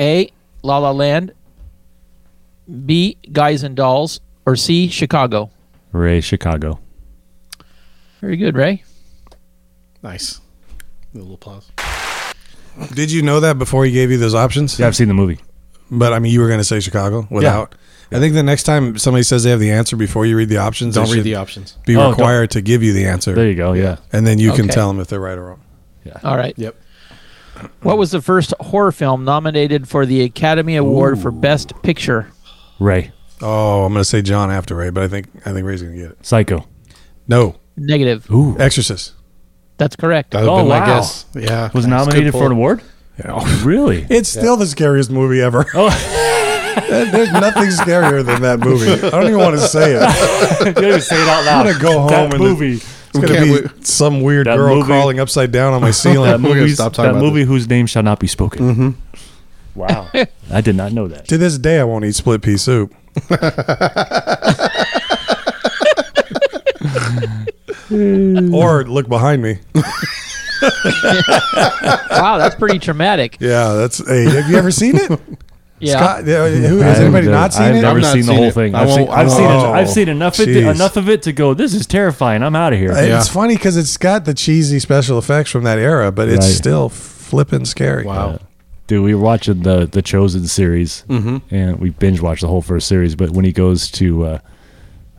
[SPEAKER 5] A. La La Land. B. Guys and Dolls. Or C. Chicago.
[SPEAKER 6] Ray Chicago.
[SPEAKER 5] Very good, Ray.
[SPEAKER 1] Nice. A little applause.
[SPEAKER 2] Did you know that before he gave you those options?
[SPEAKER 6] Yeah, I've seen the movie.
[SPEAKER 2] But I mean, you were going to say Chicago without. I think the next time somebody says they have the answer before you read the options,
[SPEAKER 1] Don't
[SPEAKER 2] they
[SPEAKER 1] read
[SPEAKER 2] should
[SPEAKER 1] the options.
[SPEAKER 2] be
[SPEAKER 6] Oh,
[SPEAKER 2] required to give you the answer,
[SPEAKER 6] There you go. Yeah.
[SPEAKER 2] and then you can
[SPEAKER 5] Okay.
[SPEAKER 2] tell them if they're right or wrong.
[SPEAKER 5] All right.
[SPEAKER 1] Yep.
[SPEAKER 5] What was the first horror film nominated for the Academy Award for Best Picture?
[SPEAKER 6] Ray.
[SPEAKER 2] Oh, I'm going to say John after Ray, but I think I think Ray's going to get it.
[SPEAKER 6] Psycho.
[SPEAKER 2] No,
[SPEAKER 5] Negative.
[SPEAKER 6] Ooh.
[SPEAKER 2] Exorcist.
[SPEAKER 5] That's correct.
[SPEAKER 1] That would
[SPEAKER 6] Oh,
[SPEAKER 1] been my
[SPEAKER 6] wow.
[SPEAKER 1] guess. Yeah.
[SPEAKER 6] Was
[SPEAKER 1] Nice. Good
[SPEAKER 6] nominated for
[SPEAKER 1] pull.
[SPEAKER 6] an award? [LAUGHS] Really?
[SPEAKER 2] It's still the scariest movie ever.
[SPEAKER 1] Oh.
[SPEAKER 2] [LAUGHS] There's nothing scarier than that movie. I don't even want to say it.
[SPEAKER 6] you don't even say it out
[SPEAKER 2] I'm gonna go home
[SPEAKER 6] That
[SPEAKER 2] and
[SPEAKER 6] movie. [LAUGHS]
[SPEAKER 2] It's gonna
[SPEAKER 1] Okay,
[SPEAKER 2] be
[SPEAKER 1] we-
[SPEAKER 2] some weird
[SPEAKER 6] That
[SPEAKER 2] girl
[SPEAKER 6] movie-
[SPEAKER 2] crawling upside down on
[SPEAKER 6] [LAUGHS]
[SPEAKER 2] my
[SPEAKER 6] That,
[SPEAKER 2] ceiling.
[SPEAKER 1] gonna
[SPEAKER 6] movie's-
[SPEAKER 1] stop talking
[SPEAKER 6] that
[SPEAKER 1] about
[SPEAKER 6] movie whose name shall not be spoken. [LAUGHS] Wow. I did not know that.
[SPEAKER 2] to this day, I won't eat split pea
[SPEAKER 6] [LAUGHS]
[SPEAKER 2] soup. or look behind me.
[SPEAKER 5] wow, that's pretty traumatic.
[SPEAKER 2] Yeah, that's. Hey, have you ever seen it?
[SPEAKER 5] Yeah.
[SPEAKER 2] Scott, yeah, who,
[SPEAKER 6] I
[SPEAKER 2] has
[SPEAKER 6] haven't
[SPEAKER 2] anybody
[SPEAKER 6] done
[SPEAKER 2] not seen
[SPEAKER 6] I've
[SPEAKER 2] it?
[SPEAKER 6] never
[SPEAKER 1] I've not
[SPEAKER 6] seen the
[SPEAKER 1] seen
[SPEAKER 6] whole
[SPEAKER 1] it.
[SPEAKER 6] thing.
[SPEAKER 1] I
[SPEAKER 6] I've seen,
[SPEAKER 1] won't- I
[SPEAKER 6] I've seen, it,
[SPEAKER 2] won't.
[SPEAKER 6] I've seen enough, of it,
[SPEAKER 2] Jeez.
[SPEAKER 6] enough of it to go, this is terrifying. I'm out of here.
[SPEAKER 2] It's
[SPEAKER 1] Yeah.
[SPEAKER 2] funny because it's got the cheesy special effects from that era, but it's
[SPEAKER 6] Right.
[SPEAKER 2] still flippin' scary.
[SPEAKER 1] Wow.
[SPEAKER 6] Dude, we were watching the the Chosen series,
[SPEAKER 1] Mm-hmm.
[SPEAKER 6] and we binge watched the whole first series. But when he goes to uh,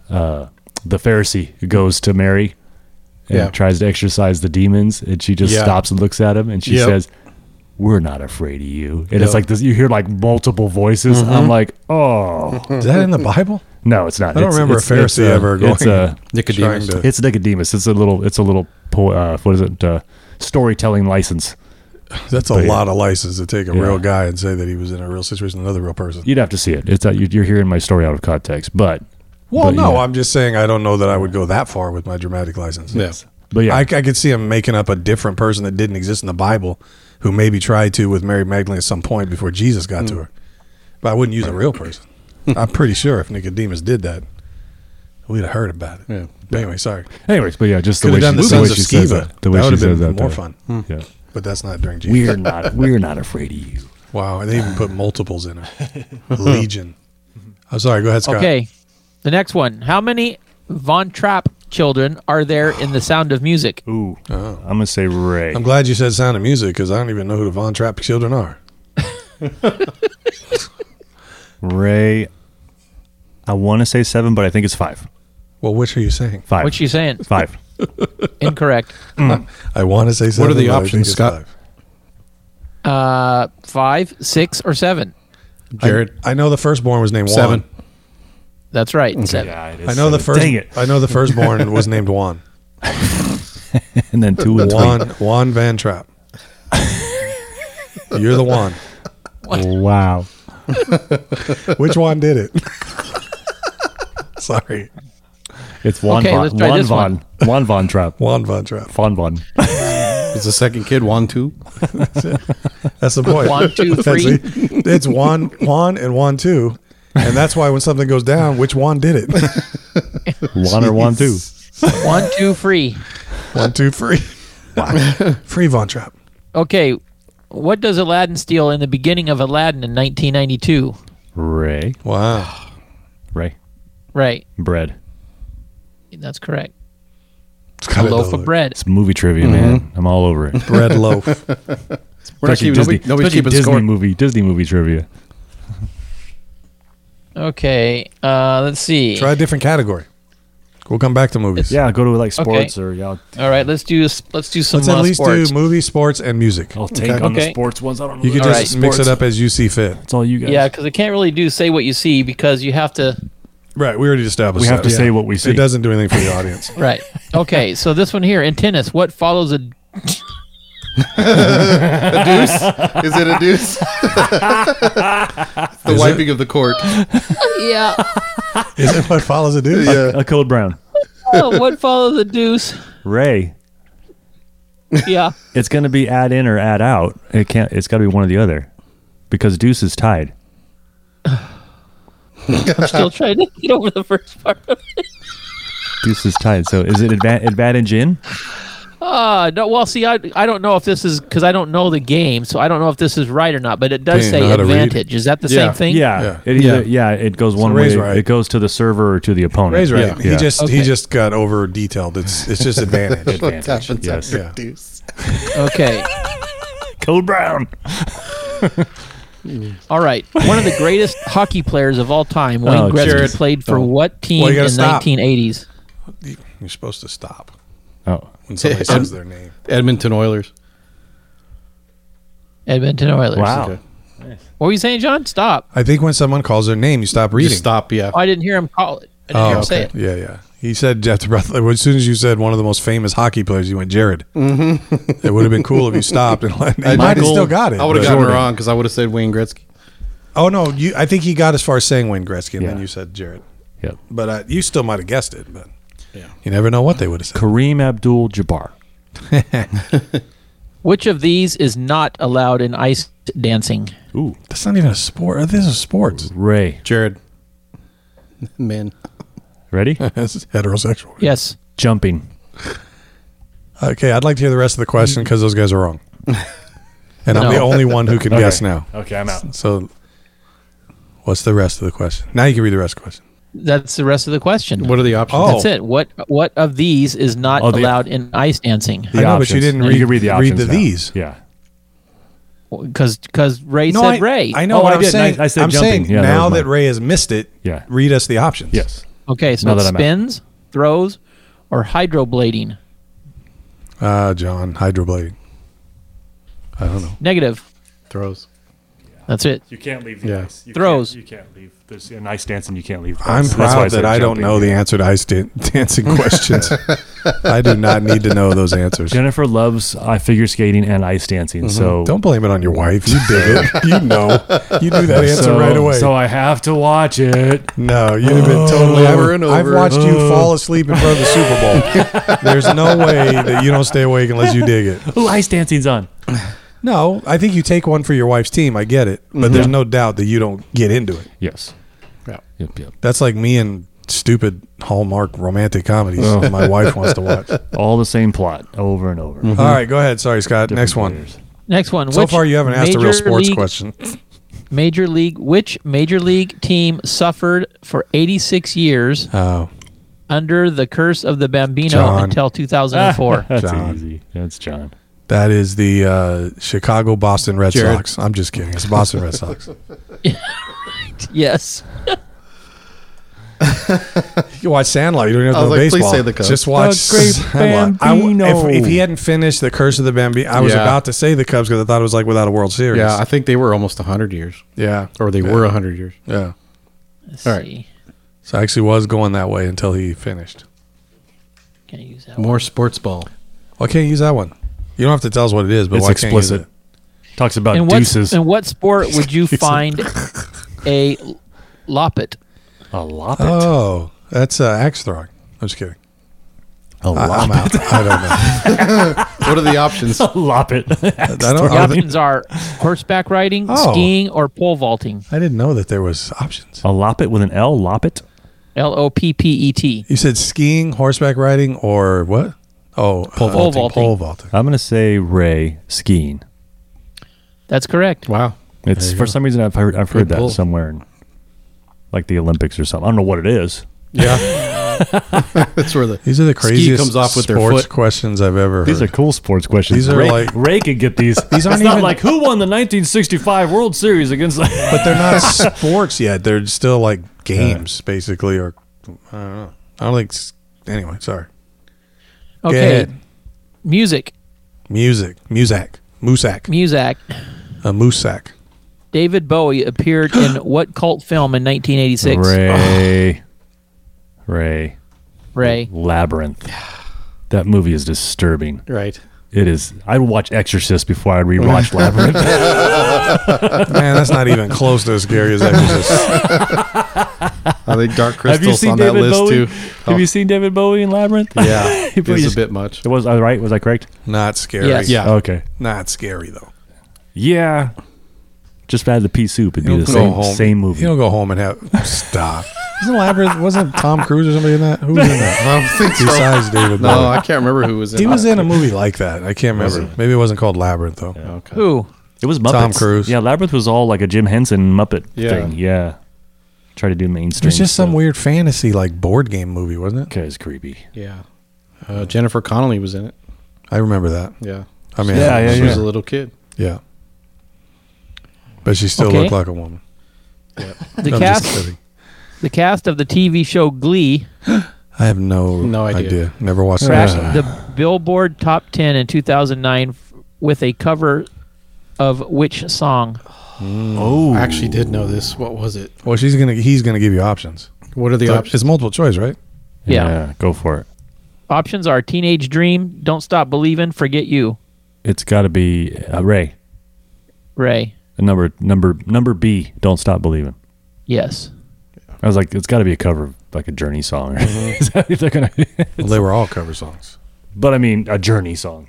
[SPEAKER 6] uh, the Pharisee, who goes to Mary and
[SPEAKER 1] Yeah.
[SPEAKER 6] tries to exorcise the demons, and she just
[SPEAKER 1] Yeah.
[SPEAKER 6] stops and looks at him, and she
[SPEAKER 1] Yep.
[SPEAKER 6] says, "We're not afraid of you." And
[SPEAKER 1] Yep. Mm-hmm.
[SPEAKER 6] it's like this, you hear like multiple voices. I'm like, "Oh,
[SPEAKER 2] Is that in the Bible?
[SPEAKER 6] no, it's not."
[SPEAKER 2] I don't
[SPEAKER 6] It's-
[SPEAKER 2] remember
[SPEAKER 6] it's-
[SPEAKER 2] a Pharisee
[SPEAKER 6] it's, uh,
[SPEAKER 2] ever going.
[SPEAKER 6] It's a
[SPEAKER 1] Nicodemus.
[SPEAKER 2] [LAUGHS] trying to-
[SPEAKER 6] it's Nicodemus. It's a little. It's a little. Po- uh, what is it? Uh, storytelling license.
[SPEAKER 2] That's a
[SPEAKER 6] But yeah.
[SPEAKER 2] lot of license to take a
[SPEAKER 6] Yeah.
[SPEAKER 2] real guy and say that he was in a real situation, another real person.
[SPEAKER 6] You'd have to see it. It's uh, you- you're hearing my story out of context, but
[SPEAKER 2] Well,
[SPEAKER 6] But,
[SPEAKER 2] no,
[SPEAKER 6] yeah.
[SPEAKER 2] I'm just saying I don't know that I would go that far with my dramatic license.
[SPEAKER 1] Yeah.
[SPEAKER 6] but yeah,
[SPEAKER 2] I, I could see him making up a different person that didn't exist in the Bible, who maybe tried to with Mary Magdalene at some point before Jesus got
[SPEAKER 6] Mm.
[SPEAKER 2] to her. But I wouldn't use a real
[SPEAKER 6] [LAUGHS]
[SPEAKER 2] person. I'm pretty sure if Nicodemus did that, we'd have heard about it.
[SPEAKER 1] Yeah.
[SPEAKER 2] But anyway, sorry.
[SPEAKER 6] Anyways, but yeah, just the
[SPEAKER 2] Could
[SPEAKER 6] way
[SPEAKER 2] have done
[SPEAKER 6] she,
[SPEAKER 2] the
[SPEAKER 6] the way
[SPEAKER 2] Sons of
[SPEAKER 6] she says
[SPEAKER 2] Sceva.
[SPEAKER 6] that, Hmm. the way
[SPEAKER 2] That
[SPEAKER 6] she
[SPEAKER 2] would've been
[SPEAKER 6] says that,
[SPEAKER 2] more
[SPEAKER 6] better.
[SPEAKER 2] fun.
[SPEAKER 6] Yeah,
[SPEAKER 2] But that's not during Jesus.
[SPEAKER 6] we're not we're not afraid of you.
[SPEAKER 2] Wow, and they even
[SPEAKER 1] [LAUGHS]
[SPEAKER 2] put multiples in her. Legion. I'm sorry. Go ahead, Scott.
[SPEAKER 5] Okay. The next one. How many Von Trapp children are there in The Sound of Music?
[SPEAKER 6] Ooh, I'm gonna say Ray.
[SPEAKER 2] Oh. I'm glad you said Sound of Music because I don't even know who the Von Trapp children are.
[SPEAKER 6] Ray, I want to say seven, but I think it's five.
[SPEAKER 2] Well, which are you saying?
[SPEAKER 6] Five.
[SPEAKER 5] What you saying?
[SPEAKER 6] five.
[SPEAKER 5] Incorrect.
[SPEAKER 2] I want to say seven.
[SPEAKER 1] are the
[SPEAKER 2] but I think
[SPEAKER 1] options,
[SPEAKER 2] it's
[SPEAKER 1] Scott?
[SPEAKER 2] five.
[SPEAKER 5] Uh, five, six, or seven.
[SPEAKER 1] Jared.
[SPEAKER 2] I know the firstborn was named
[SPEAKER 1] Seven.
[SPEAKER 2] Juan.
[SPEAKER 5] That's right. Seven.
[SPEAKER 6] Yeah, it is
[SPEAKER 2] I know the
[SPEAKER 6] seven.
[SPEAKER 2] first.
[SPEAKER 6] Dang it!
[SPEAKER 2] I know the firstborn was named Juan.
[SPEAKER 1] [LAUGHS]
[SPEAKER 6] And
[SPEAKER 2] [LAUGHS]
[SPEAKER 6] then two and
[SPEAKER 2] Juan Juan Van Trapp. You're the Juan.
[SPEAKER 6] Wow.
[SPEAKER 2] Which Juan did it? [LAUGHS] sorry,
[SPEAKER 6] It's Juan
[SPEAKER 5] Okay,
[SPEAKER 6] Von.
[SPEAKER 5] let's try
[SPEAKER 6] Juan
[SPEAKER 5] this
[SPEAKER 6] Von.
[SPEAKER 5] one.
[SPEAKER 6] Juan Von Trapp.
[SPEAKER 2] Juan Von Trapp. [LAUGHS]
[SPEAKER 6] Von Von.
[SPEAKER 1] Is the second kid Juan two?
[SPEAKER 2] That's the point.
[SPEAKER 5] Juan
[SPEAKER 2] [LAUGHS]
[SPEAKER 5] two,
[SPEAKER 2] That's
[SPEAKER 5] three.
[SPEAKER 2] it. It's Juan Juan and Juan two, and that's why when something goes down, which Juan did it?
[SPEAKER 6] Juan or Juan two.
[SPEAKER 5] One, two, free.
[SPEAKER 2] [LAUGHS] One, two, free. free Von Trapp.
[SPEAKER 5] Okay, what does Aladdin steal in the beginning of Aladdin in 1992?
[SPEAKER 6] Ray,
[SPEAKER 2] Wow.
[SPEAKER 6] Ray,
[SPEAKER 5] Right,
[SPEAKER 6] bread.
[SPEAKER 5] that's correct.
[SPEAKER 2] It's got
[SPEAKER 5] a loaf of bread.
[SPEAKER 6] It's movie trivia, man. I'm all over [LAUGHS] it.
[SPEAKER 2] Bread
[SPEAKER 5] [LAUGHS]
[SPEAKER 2] loaf.
[SPEAKER 1] We're not
[SPEAKER 6] Especially
[SPEAKER 1] keeping,
[SPEAKER 6] Disney,
[SPEAKER 1] nobody, nobody's
[SPEAKER 6] especially
[SPEAKER 1] keeping
[SPEAKER 6] Disney
[SPEAKER 1] score.
[SPEAKER 6] movie, Disney movie trivia.
[SPEAKER 5] Okay, uh, let's see.
[SPEAKER 2] Try a different category. We'll come back to movies.
[SPEAKER 6] Yeah, go to like sports
[SPEAKER 5] Okay.
[SPEAKER 6] or yeah, I'll-
[SPEAKER 5] All right, let's do s- let's do some
[SPEAKER 2] Let's at
[SPEAKER 5] uh,
[SPEAKER 2] least
[SPEAKER 5] sports.
[SPEAKER 2] do movie, sports, and music.
[SPEAKER 6] I'll take on the
[SPEAKER 5] Okay.
[SPEAKER 6] sports ones. I don't know.
[SPEAKER 2] You can
[SPEAKER 5] All
[SPEAKER 2] just
[SPEAKER 5] right.
[SPEAKER 2] mix it up as you see fit.
[SPEAKER 6] That's all you guys.
[SPEAKER 5] yeah, because I can't really do say what you see because you have to.
[SPEAKER 2] Right. We already established
[SPEAKER 6] we have
[SPEAKER 2] that.
[SPEAKER 6] to
[SPEAKER 2] Yeah.
[SPEAKER 6] say what we see.
[SPEAKER 2] It doesn't do anything for the audience.
[SPEAKER 6] [LAUGHS]
[SPEAKER 2] [LAUGHS]
[SPEAKER 5] Right. Okay, so this one here in tennis, what follows a
[SPEAKER 1] Is it a deuce? the
[SPEAKER 2] Is it?
[SPEAKER 1] wiping of the court.
[SPEAKER 5] yeah?
[SPEAKER 2] Is it what follows a dude?
[SPEAKER 1] Yeah.
[SPEAKER 6] A Uh, code brown.
[SPEAKER 5] Oh, [LAUGHS] what follows a deuce?
[SPEAKER 6] Ray.
[SPEAKER 5] Yeah.
[SPEAKER 6] It's gonna be add in or add out. It can't. It's got to be one or the other, because Deuce is tied.
[SPEAKER 5] I'm still trying to get over the first part.
[SPEAKER 6] Deuce is tied. So is it adva- advantage in?
[SPEAKER 5] Uh, no, well, see, I, I don't know if this is because I don't know the game, so I don't know if this is right or not, but it does
[SPEAKER 2] Didn't know
[SPEAKER 5] say
[SPEAKER 2] how to read.
[SPEAKER 5] advantage. Is that the
[SPEAKER 1] Yeah.
[SPEAKER 5] same thing?
[SPEAKER 6] Yeah. It either, yeah. It goes one
[SPEAKER 2] Ray's
[SPEAKER 6] way.
[SPEAKER 2] right.
[SPEAKER 6] It goes to the server or to the opponent.
[SPEAKER 2] Ray's right.
[SPEAKER 6] Yeah.
[SPEAKER 2] He just he
[SPEAKER 5] Okay.
[SPEAKER 2] just got over detailed. It's it's just
[SPEAKER 5] [LAUGHS]
[SPEAKER 2] advantage.
[SPEAKER 1] What happens
[SPEAKER 6] yes.
[SPEAKER 1] after
[SPEAKER 2] Yeah.
[SPEAKER 1] deuce?
[SPEAKER 5] Okay.
[SPEAKER 6] Code brown.
[SPEAKER 5] All right. One of the greatest hockey players of all time, Wayne
[SPEAKER 6] Oh,
[SPEAKER 5] Gretzky,
[SPEAKER 6] Jared.
[SPEAKER 5] played for what team
[SPEAKER 2] Well, you
[SPEAKER 5] in
[SPEAKER 2] gotta
[SPEAKER 5] the
[SPEAKER 2] stop.
[SPEAKER 5] 1980s?
[SPEAKER 2] You're supposed to stop
[SPEAKER 6] Oh,
[SPEAKER 2] when [LAUGHS] somebody says their name.
[SPEAKER 1] Edmonton Oilers.
[SPEAKER 5] Edmonton Oilers.
[SPEAKER 6] wow.
[SPEAKER 1] Okay.
[SPEAKER 5] What were you saying, John? Stop.
[SPEAKER 2] I think when someone calls their name, you stop reading.
[SPEAKER 1] Just stop, yeah.
[SPEAKER 5] Oh, I didn't hear him call it. I didn't hear him
[SPEAKER 2] Oh,
[SPEAKER 5] say it.
[SPEAKER 2] Yeah, yeah. He said Jeff DeBrusk. As soon as you said one of the most famous hockey players, you went Jared. it would have been cool if you stopped and let, he might have
[SPEAKER 1] Michael-
[SPEAKER 2] still got it.
[SPEAKER 1] I would have
[SPEAKER 2] but-
[SPEAKER 1] gotten it wrong because I would have said Wayne Gretzky.
[SPEAKER 2] Oh no, you. I think he got as far as saying Wayne Gretzky, and then
[SPEAKER 6] Yeah.
[SPEAKER 2] you said Jared.
[SPEAKER 6] Yep.
[SPEAKER 2] But uh, you still might have guessed it. But
[SPEAKER 1] Yeah.
[SPEAKER 2] you never know what they would have said.
[SPEAKER 6] Kareem Abdul-Jabbar.
[SPEAKER 5] Which of these is not allowed in ice dancing?
[SPEAKER 6] Ooh,
[SPEAKER 2] That's not even a sport. Uh, This is sports.
[SPEAKER 6] Ray.
[SPEAKER 1] Jared. Man.
[SPEAKER 2] [LAUGHS]
[SPEAKER 6] Ready?
[SPEAKER 2] This is heterosexual.
[SPEAKER 5] Yes.
[SPEAKER 6] Jumping.
[SPEAKER 2] Okay, I'd like to hear the rest of the question because those guys are wrong, and I'm the
[SPEAKER 5] No.
[SPEAKER 2] only one who can guess now.
[SPEAKER 6] [LAUGHS] Okay, I'm out.
[SPEAKER 2] So, what's the rest of the question? Now you can read the rest of the question.
[SPEAKER 5] That's the rest of the question.
[SPEAKER 1] What are the options?
[SPEAKER 2] Oh.
[SPEAKER 5] That's it. What what of these is not
[SPEAKER 6] Oh, the-
[SPEAKER 5] allowed in ice dancing?
[SPEAKER 2] I know, but you didn't read-
[SPEAKER 6] you can read the
[SPEAKER 2] read
[SPEAKER 6] options.
[SPEAKER 2] the
[SPEAKER 6] now.
[SPEAKER 2] these.
[SPEAKER 6] Yeah.
[SPEAKER 5] Because because Ray
[SPEAKER 2] I,
[SPEAKER 5] said Ray.
[SPEAKER 2] I know
[SPEAKER 6] Oh,
[SPEAKER 2] what
[SPEAKER 6] I
[SPEAKER 2] I'm
[SPEAKER 6] did.
[SPEAKER 2] saying.
[SPEAKER 6] I- I said
[SPEAKER 2] am
[SPEAKER 6] jumping.
[SPEAKER 2] saying
[SPEAKER 6] Yeah, that
[SPEAKER 2] now
[SPEAKER 6] was
[SPEAKER 2] that
[SPEAKER 6] mine.
[SPEAKER 2] Ray has missed it,
[SPEAKER 6] Yeah.
[SPEAKER 2] read us the options.
[SPEAKER 6] Yes.
[SPEAKER 5] Okay, so
[SPEAKER 6] Now
[SPEAKER 5] it's
[SPEAKER 6] that I'm out.
[SPEAKER 5] spins, throws, or hydroblading.
[SPEAKER 2] Uh, John, hydroblading. I don't know.
[SPEAKER 5] Negative.
[SPEAKER 1] Throws.
[SPEAKER 5] That's it.
[SPEAKER 6] You can't leave the
[SPEAKER 1] Yeah.
[SPEAKER 6] ice. You
[SPEAKER 5] Throws.
[SPEAKER 6] Can't, you can't leave. There's a nice dance and you can't leave. the
[SPEAKER 2] I'm
[SPEAKER 6] ice. That's why
[SPEAKER 2] proud that
[SPEAKER 6] said
[SPEAKER 2] I don't
[SPEAKER 6] jumping.
[SPEAKER 2] know the answer to ice dan- dancing
[SPEAKER 6] [LAUGHS]
[SPEAKER 2] questions. I do not need to know those answers.
[SPEAKER 6] Jennifer loves uh, figure skating and ice dancing,
[SPEAKER 2] Mm-hmm.
[SPEAKER 6] so
[SPEAKER 2] Don't blame it on your wife. You did
[SPEAKER 6] [LAUGHS]
[SPEAKER 2] it. You know. You knew that answer
[SPEAKER 6] so,
[SPEAKER 2] right away.
[SPEAKER 6] So I Oh. have to watch [LAUGHS] it.
[SPEAKER 2] no, you'd have been totally
[SPEAKER 1] Over and
[SPEAKER 2] I've
[SPEAKER 1] over.
[SPEAKER 2] watched
[SPEAKER 6] Oh.
[SPEAKER 2] you fall asleep in front of the Super
[SPEAKER 6] [LAUGHS]
[SPEAKER 2] Bowl. There's no way that you don't stay awake unless you dig it.
[SPEAKER 6] Ooh, ice dancing's on.
[SPEAKER 2] No, I think you take one for your wife's team. I get it, but
[SPEAKER 1] Mm-hmm.
[SPEAKER 2] there's no doubt that you don't get into it.
[SPEAKER 6] Yes.
[SPEAKER 1] Yeah.
[SPEAKER 6] Yep. Yep.
[SPEAKER 2] That's like me and stupid Hallmark romantic comedies
[SPEAKER 1] Oh.
[SPEAKER 2] my wife wants
[SPEAKER 1] [LAUGHS]
[SPEAKER 2] to watch.
[SPEAKER 6] All the same plot over and over.
[SPEAKER 2] All right, go ahead. Sorry, Scott.
[SPEAKER 6] Different
[SPEAKER 2] Next one.
[SPEAKER 6] players.
[SPEAKER 5] Next one.
[SPEAKER 2] So
[SPEAKER 5] which
[SPEAKER 2] far, you haven't asked a real
[SPEAKER 5] major
[SPEAKER 2] sports
[SPEAKER 1] [LAUGHS]
[SPEAKER 5] league-
[SPEAKER 2] question.
[SPEAKER 5] Major league. Which major league team suffered for 86 years
[SPEAKER 2] Oh,
[SPEAKER 5] under the curse of the Bambino
[SPEAKER 2] John. [LAUGHS]
[SPEAKER 5] until 2004?
[SPEAKER 6] [LAUGHS] That's
[SPEAKER 2] John.
[SPEAKER 6] easy. That's John.
[SPEAKER 2] that is the uh, Chicago Boston Red
[SPEAKER 1] Jared.
[SPEAKER 2] Sox. I'm just kidding. It's the Boston
[SPEAKER 1] [LAUGHS]
[SPEAKER 2] Red Sox.
[SPEAKER 5] yes.
[SPEAKER 2] You watch Sandlot. You don't even have
[SPEAKER 1] I
[SPEAKER 2] to
[SPEAKER 1] was
[SPEAKER 2] know
[SPEAKER 1] like, please
[SPEAKER 2] baseball.
[SPEAKER 1] say the Cubs.
[SPEAKER 2] Just watch
[SPEAKER 6] The great
[SPEAKER 2] Sandlot. I w-
[SPEAKER 6] Bambino.
[SPEAKER 2] if, if he hadn't finished the Curse of the Bambino, I was
[SPEAKER 1] Yeah.
[SPEAKER 2] about to say the Cubs because I thought it was like without a World Series.
[SPEAKER 1] Yeah, I think they were almost 100 years,
[SPEAKER 2] yeah,
[SPEAKER 1] or they
[SPEAKER 2] Yeah.
[SPEAKER 1] were 100 years.
[SPEAKER 2] yeah.
[SPEAKER 5] Let's
[SPEAKER 1] All right.
[SPEAKER 5] see.
[SPEAKER 2] So I actually was going that way until he finished.
[SPEAKER 5] Can I use that one?
[SPEAKER 1] More sports ball.
[SPEAKER 2] Why can't you use that one? You don't have to tell us what it is, but
[SPEAKER 6] It's
[SPEAKER 2] why
[SPEAKER 6] explicit.
[SPEAKER 2] can't
[SPEAKER 6] Talks about
[SPEAKER 5] In
[SPEAKER 6] deuces.
[SPEAKER 5] what, in what sport would
[SPEAKER 2] [LAUGHS]
[SPEAKER 5] you find a loppet?
[SPEAKER 6] a loppet.
[SPEAKER 2] you use it? Oh, that's uh, axe throwing. I'm just kidding. [LAUGHS]
[SPEAKER 6] a
[SPEAKER 2] I, I'm
[SPEAKER 6] [LAUGHS] loppet.
[SPEAKER 2] out. I don't
[SPEAKER 1] What are the [LAUGHS] options?
[SPEAKER 6] [LAUGHS] loppet.
[SPEAKER 2] know. I, don't,
[SPEAKER 5] The
[SPEAKER 2] I, don't-
[SPEAKER 5] options are horseback riding,
[SPEAKER 2] Oh.
[SPEAKER 5] skiing, or pole vaulting.
[SPEAKER 2] I didn't know that there was options.
[SPEAKER 6] a loppet with an L. Loppet.
[SPEAKER 5] L O P P E T.
[SPEAKER 2] You said skiing, horseback riding, or what? Oh, pole
[SPEAKER 5] Pole vaulting.
[SPEAKER 2] Pole vaulting.
[SPEAKER 6] I'm gonna say Ray skiing.
[SPEAKER 5] That's correct.
[SPEAKER 1] Wow.
[SPEAKER 6] It's for some reason I've heard I've
[SPEAKER 1] Good
[SPEAKER 6] heard that
[SPEAKER 1] pull.
[SPEAKER 6] somewhere in like the Olympics or something. I don't know what it is.
[SPEAKER 1] Yeah. That's where the
[SPEAKER 2] These are the
[SPEAKER 1] Ski
[SPEAKER 2] craziest
[SPEAKER 1] comes off with their
[SPEAKER 2] sports
[SPEAKER 1] foot.
[SPEAKER 2] questions I've ever
[SPEAKER 6] These are [LAUGHS]
[SPEAKER 2] heard.
[SPEAKER 6] cool sports questions.
[SPEAKER 2] These are
[SPEAKER 6] Ray,
[SPEAKER 2] like-
[SPEAKER 6] Ray could get these.
[SPEAKER 2] [LAUGHS] These aren't
[SPEAKER 6] it's not
[SPEAKER 2] even-
[SPEAKER 6] like who won the 1965 World Series against. [LAUGHS] The-
[SPEAKER 2] but they're not [LAUGHS] sports yet. They're still like games, basically, or I don't know. I don't think. s- Anyway, sorry.
[SPEAKER 5] Okay.
[SPEAKER 2] ahead.
[SPEAKER 5] Music.
[SPEAKER 2] Music, musak, musak,
[SPEAKER 5] Muzak.
[SPEAKER 2] a musak.
[SPEAKER 5] David Bowie
[SPEAKER 2] [GASPS]
[SPEAKER 5] appeared in what cult film in 1986?
[SPEAKER 2] [LAUGHS]
[SPEAKER 6] Ray, Ray,
[SPEAKER 5] Ray.
[SPEAKER 6] Labyrinth. That movie is disturbing.
[SPEAKER 1] right.
[SPEAKER 6] It is. I'd watch Exorcist before
[SPEAKER 2] [LAUGHS]
[SPEAKER 6] I'd rewatch Labyrinth.
[SPEAKER 2] Man, that's not even close to as scary as Exorcist.
[SPEAKER 1] I think Dark
[SPEAKER 6] Have you
[SPEAKER 1] Crystal's
[SPEAKER 6] seen
[SPEAKER 1] on that
[SPEAKER 6] David
[SPEAKER 1] list
[SPEAKER 6] Bowie?
[SPEAKER 1] too.
[SPEAKER 6] Have you seen David Bowie in Labyrinth?
[SPEAKER 1] Yeah.
[SPEAKER 6] He plays-
[SPEAKER 1] it's a bit much.
[SPEAKER 6] [LAUGHS] It was I right. Was I correct?
[SPEAKER 2] Not scary.
[SPEAKER 5] Yes.
[SPEAKER 1] Yeah.
[SPEAKER 6] Okay.
[SPEAKER 2] Not scea- not scary though.
[SPEAKER 6] Yeah. Just add the pea soup. It'd be
[SPEAKER 2] You'll
[SPEAKER 6] the
[SPEAKER 2] go
[SPEAKER 6] same,
[SPEAKER 2] home.
[SPEAKER 6] same movie.
[SPEAKER 2] You don't go home and have stop. Isn't Labyrinth? Wasn't Tom Cruise or somebody in that? Who was in [LAUGHS] that?
[SPEAKER 1] I don't think so.
[SPEAKER 2] Besides David
[SPEAKER 1] No,
[SPEAKER 2] Bowie.
[SPEAKER 1] I can't remember who was in
[SPEAKER 2] he was
[SPEAKER 1] that.
[SPEAKER 2] in a movie like that. I can't remember. Maybe it wasn't called Labyrinth though.
[SPEAKER 1] Okay.
[SPEAKER 5] Who?
[SPEAKER 6] It was Muppets.
[SPEAKER 2] Tom Cruise.
[SPEAKER 6] Yeah, Labyrinth was all like a Jim Henson Muppet
[SPEAKER 1] Yeah.
[SPEAKER 6] thing. Yeah. Try to do mainstream.
[SPEAKER 2] It was just some
[SPEAKER 6] stuff.
[SPEAKER 2] weird fantasy like board game movie, wasn't it?
[SPEAKER 6] Okay, it's creepy.
[SPEAKER 1] Yeah. Uh, Jennifer Connelly was in it.
[SPEAKER 2] I remember that.
[SPEAKER 1] Yeah.
[SPEAKER 2] I mean,
[SPEAKER 6] Yeah,
[SPEAKER 1] She
[SPEAKER 2] yeah,
[SPEAKER 1] was a little kid.
[SPEAKER 2] yeah. But she still
[SPEAKER 5] Okay.
[SPEAKER 2] looked like a woman.
[SPEAKER 5] The
[SPEAKER 2] I'm just
[SPEAKER 5] cast.
[SPEAKER 2] kidding.
[SPEAKER 5] The cast of the TV show Glee
[SPEAKER 2] I have no
[SPEAKER 1] No idea.
[SPEAKER 2] idea. Never watched
[SPEAKER 5] crashed
[SPEAKER 2] [SIGHS] that.
[SPEAKER 5] the Billboard Top 10 in 2009 f- with a cover of which song?
[SPEAKER 1] I actually did know this. What was it?
[SPEAKER 2] Well, she's gonna. He's gonna give you options.
[SPEAKER 1] What are the
[SPEAKER 2] So
[SPEAKER 1] options?
[SPEAKER 2] It's multiple choice, right?
[SPEAKER 5] Yeah.
[SPEAKER 6] Go for it.
[SPEAKER 5] Options are Teenage Dream, Don't Stop Believin', Forget You,
[SPEAKER 6] It's got to be uh, Ray.
[SPEAKER 5] Ray.
[SPEAKER 6] Number number number B. Don't stop believing.
[SPEAKER 5] Yes.
[SPEAKER 6] I was like, it's got to be a cover of like a Journey song. Or
[SPEAKER 2] Mm-hmm.
[SPEAKER 6] [LAUGHS] if they're gonna,
[SPEAKER 2] Well, they were all cover songs.
[SPEAKER 6] but I mean, a Journey song.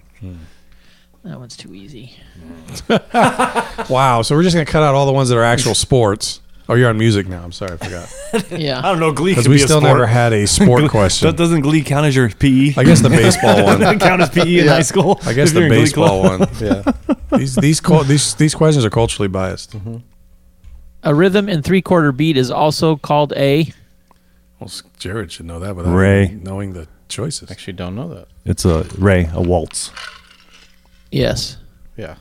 [SPEAKER 5] That one's too easy.
[SPEAKER 2] [LAUGHS] Wow. So we're just gonna cut out all the ones that are [LAUGHS] actual sports. Oh, you're on music now. I'm sorry, I [LAUGHS] forgot.
[SPEAKER 5] Yeah.
[SPEAKER 4] I don't know. Glee
[SPEAKER 2] Because
[SPEAKER 4] could
[SPEAKER 2] we
[SPEAKER 4] be a
[SPEAKER 2] still
[SPEAKER 4] sport.
[SPEAKER 2] never had a [LAUGHS] sport question.
[SPEAKER 6] doesn't Glee count as your PE?
[SPEAKER 2] I guess [LAUGHS] the baseball one.
[SPEAKER 6] [LAUGHS] doesn't count as PE in high school.
[SPEAKER 2] I guess
[SPEAKER 6] if you're
[SPEAKER 2] the
[SPEAKER 6] in Glee
[SPEAKER 2] baseball
[SPEAKER 6] club.
[SPEAKER 2] [LAUGHS] one.
[SPEAKER 1] yeah.
[SPEAKER 2] These these cul- these these questions are culturally biased.
[SPEAKER 5] A rhythm and three quarter beat is also called a.
[SPEAKER 2] Well, Jared should know that without
[SPEAKER 6] Ray.
[SPEAKER 2] knowing the choices.
[SPEAKER 1] Actually, don't know that.
[SPEAKER 6] It's a Ray, a waltz.
[SPEAKER 5] Yes.
[SPEAKER 1] Yeah.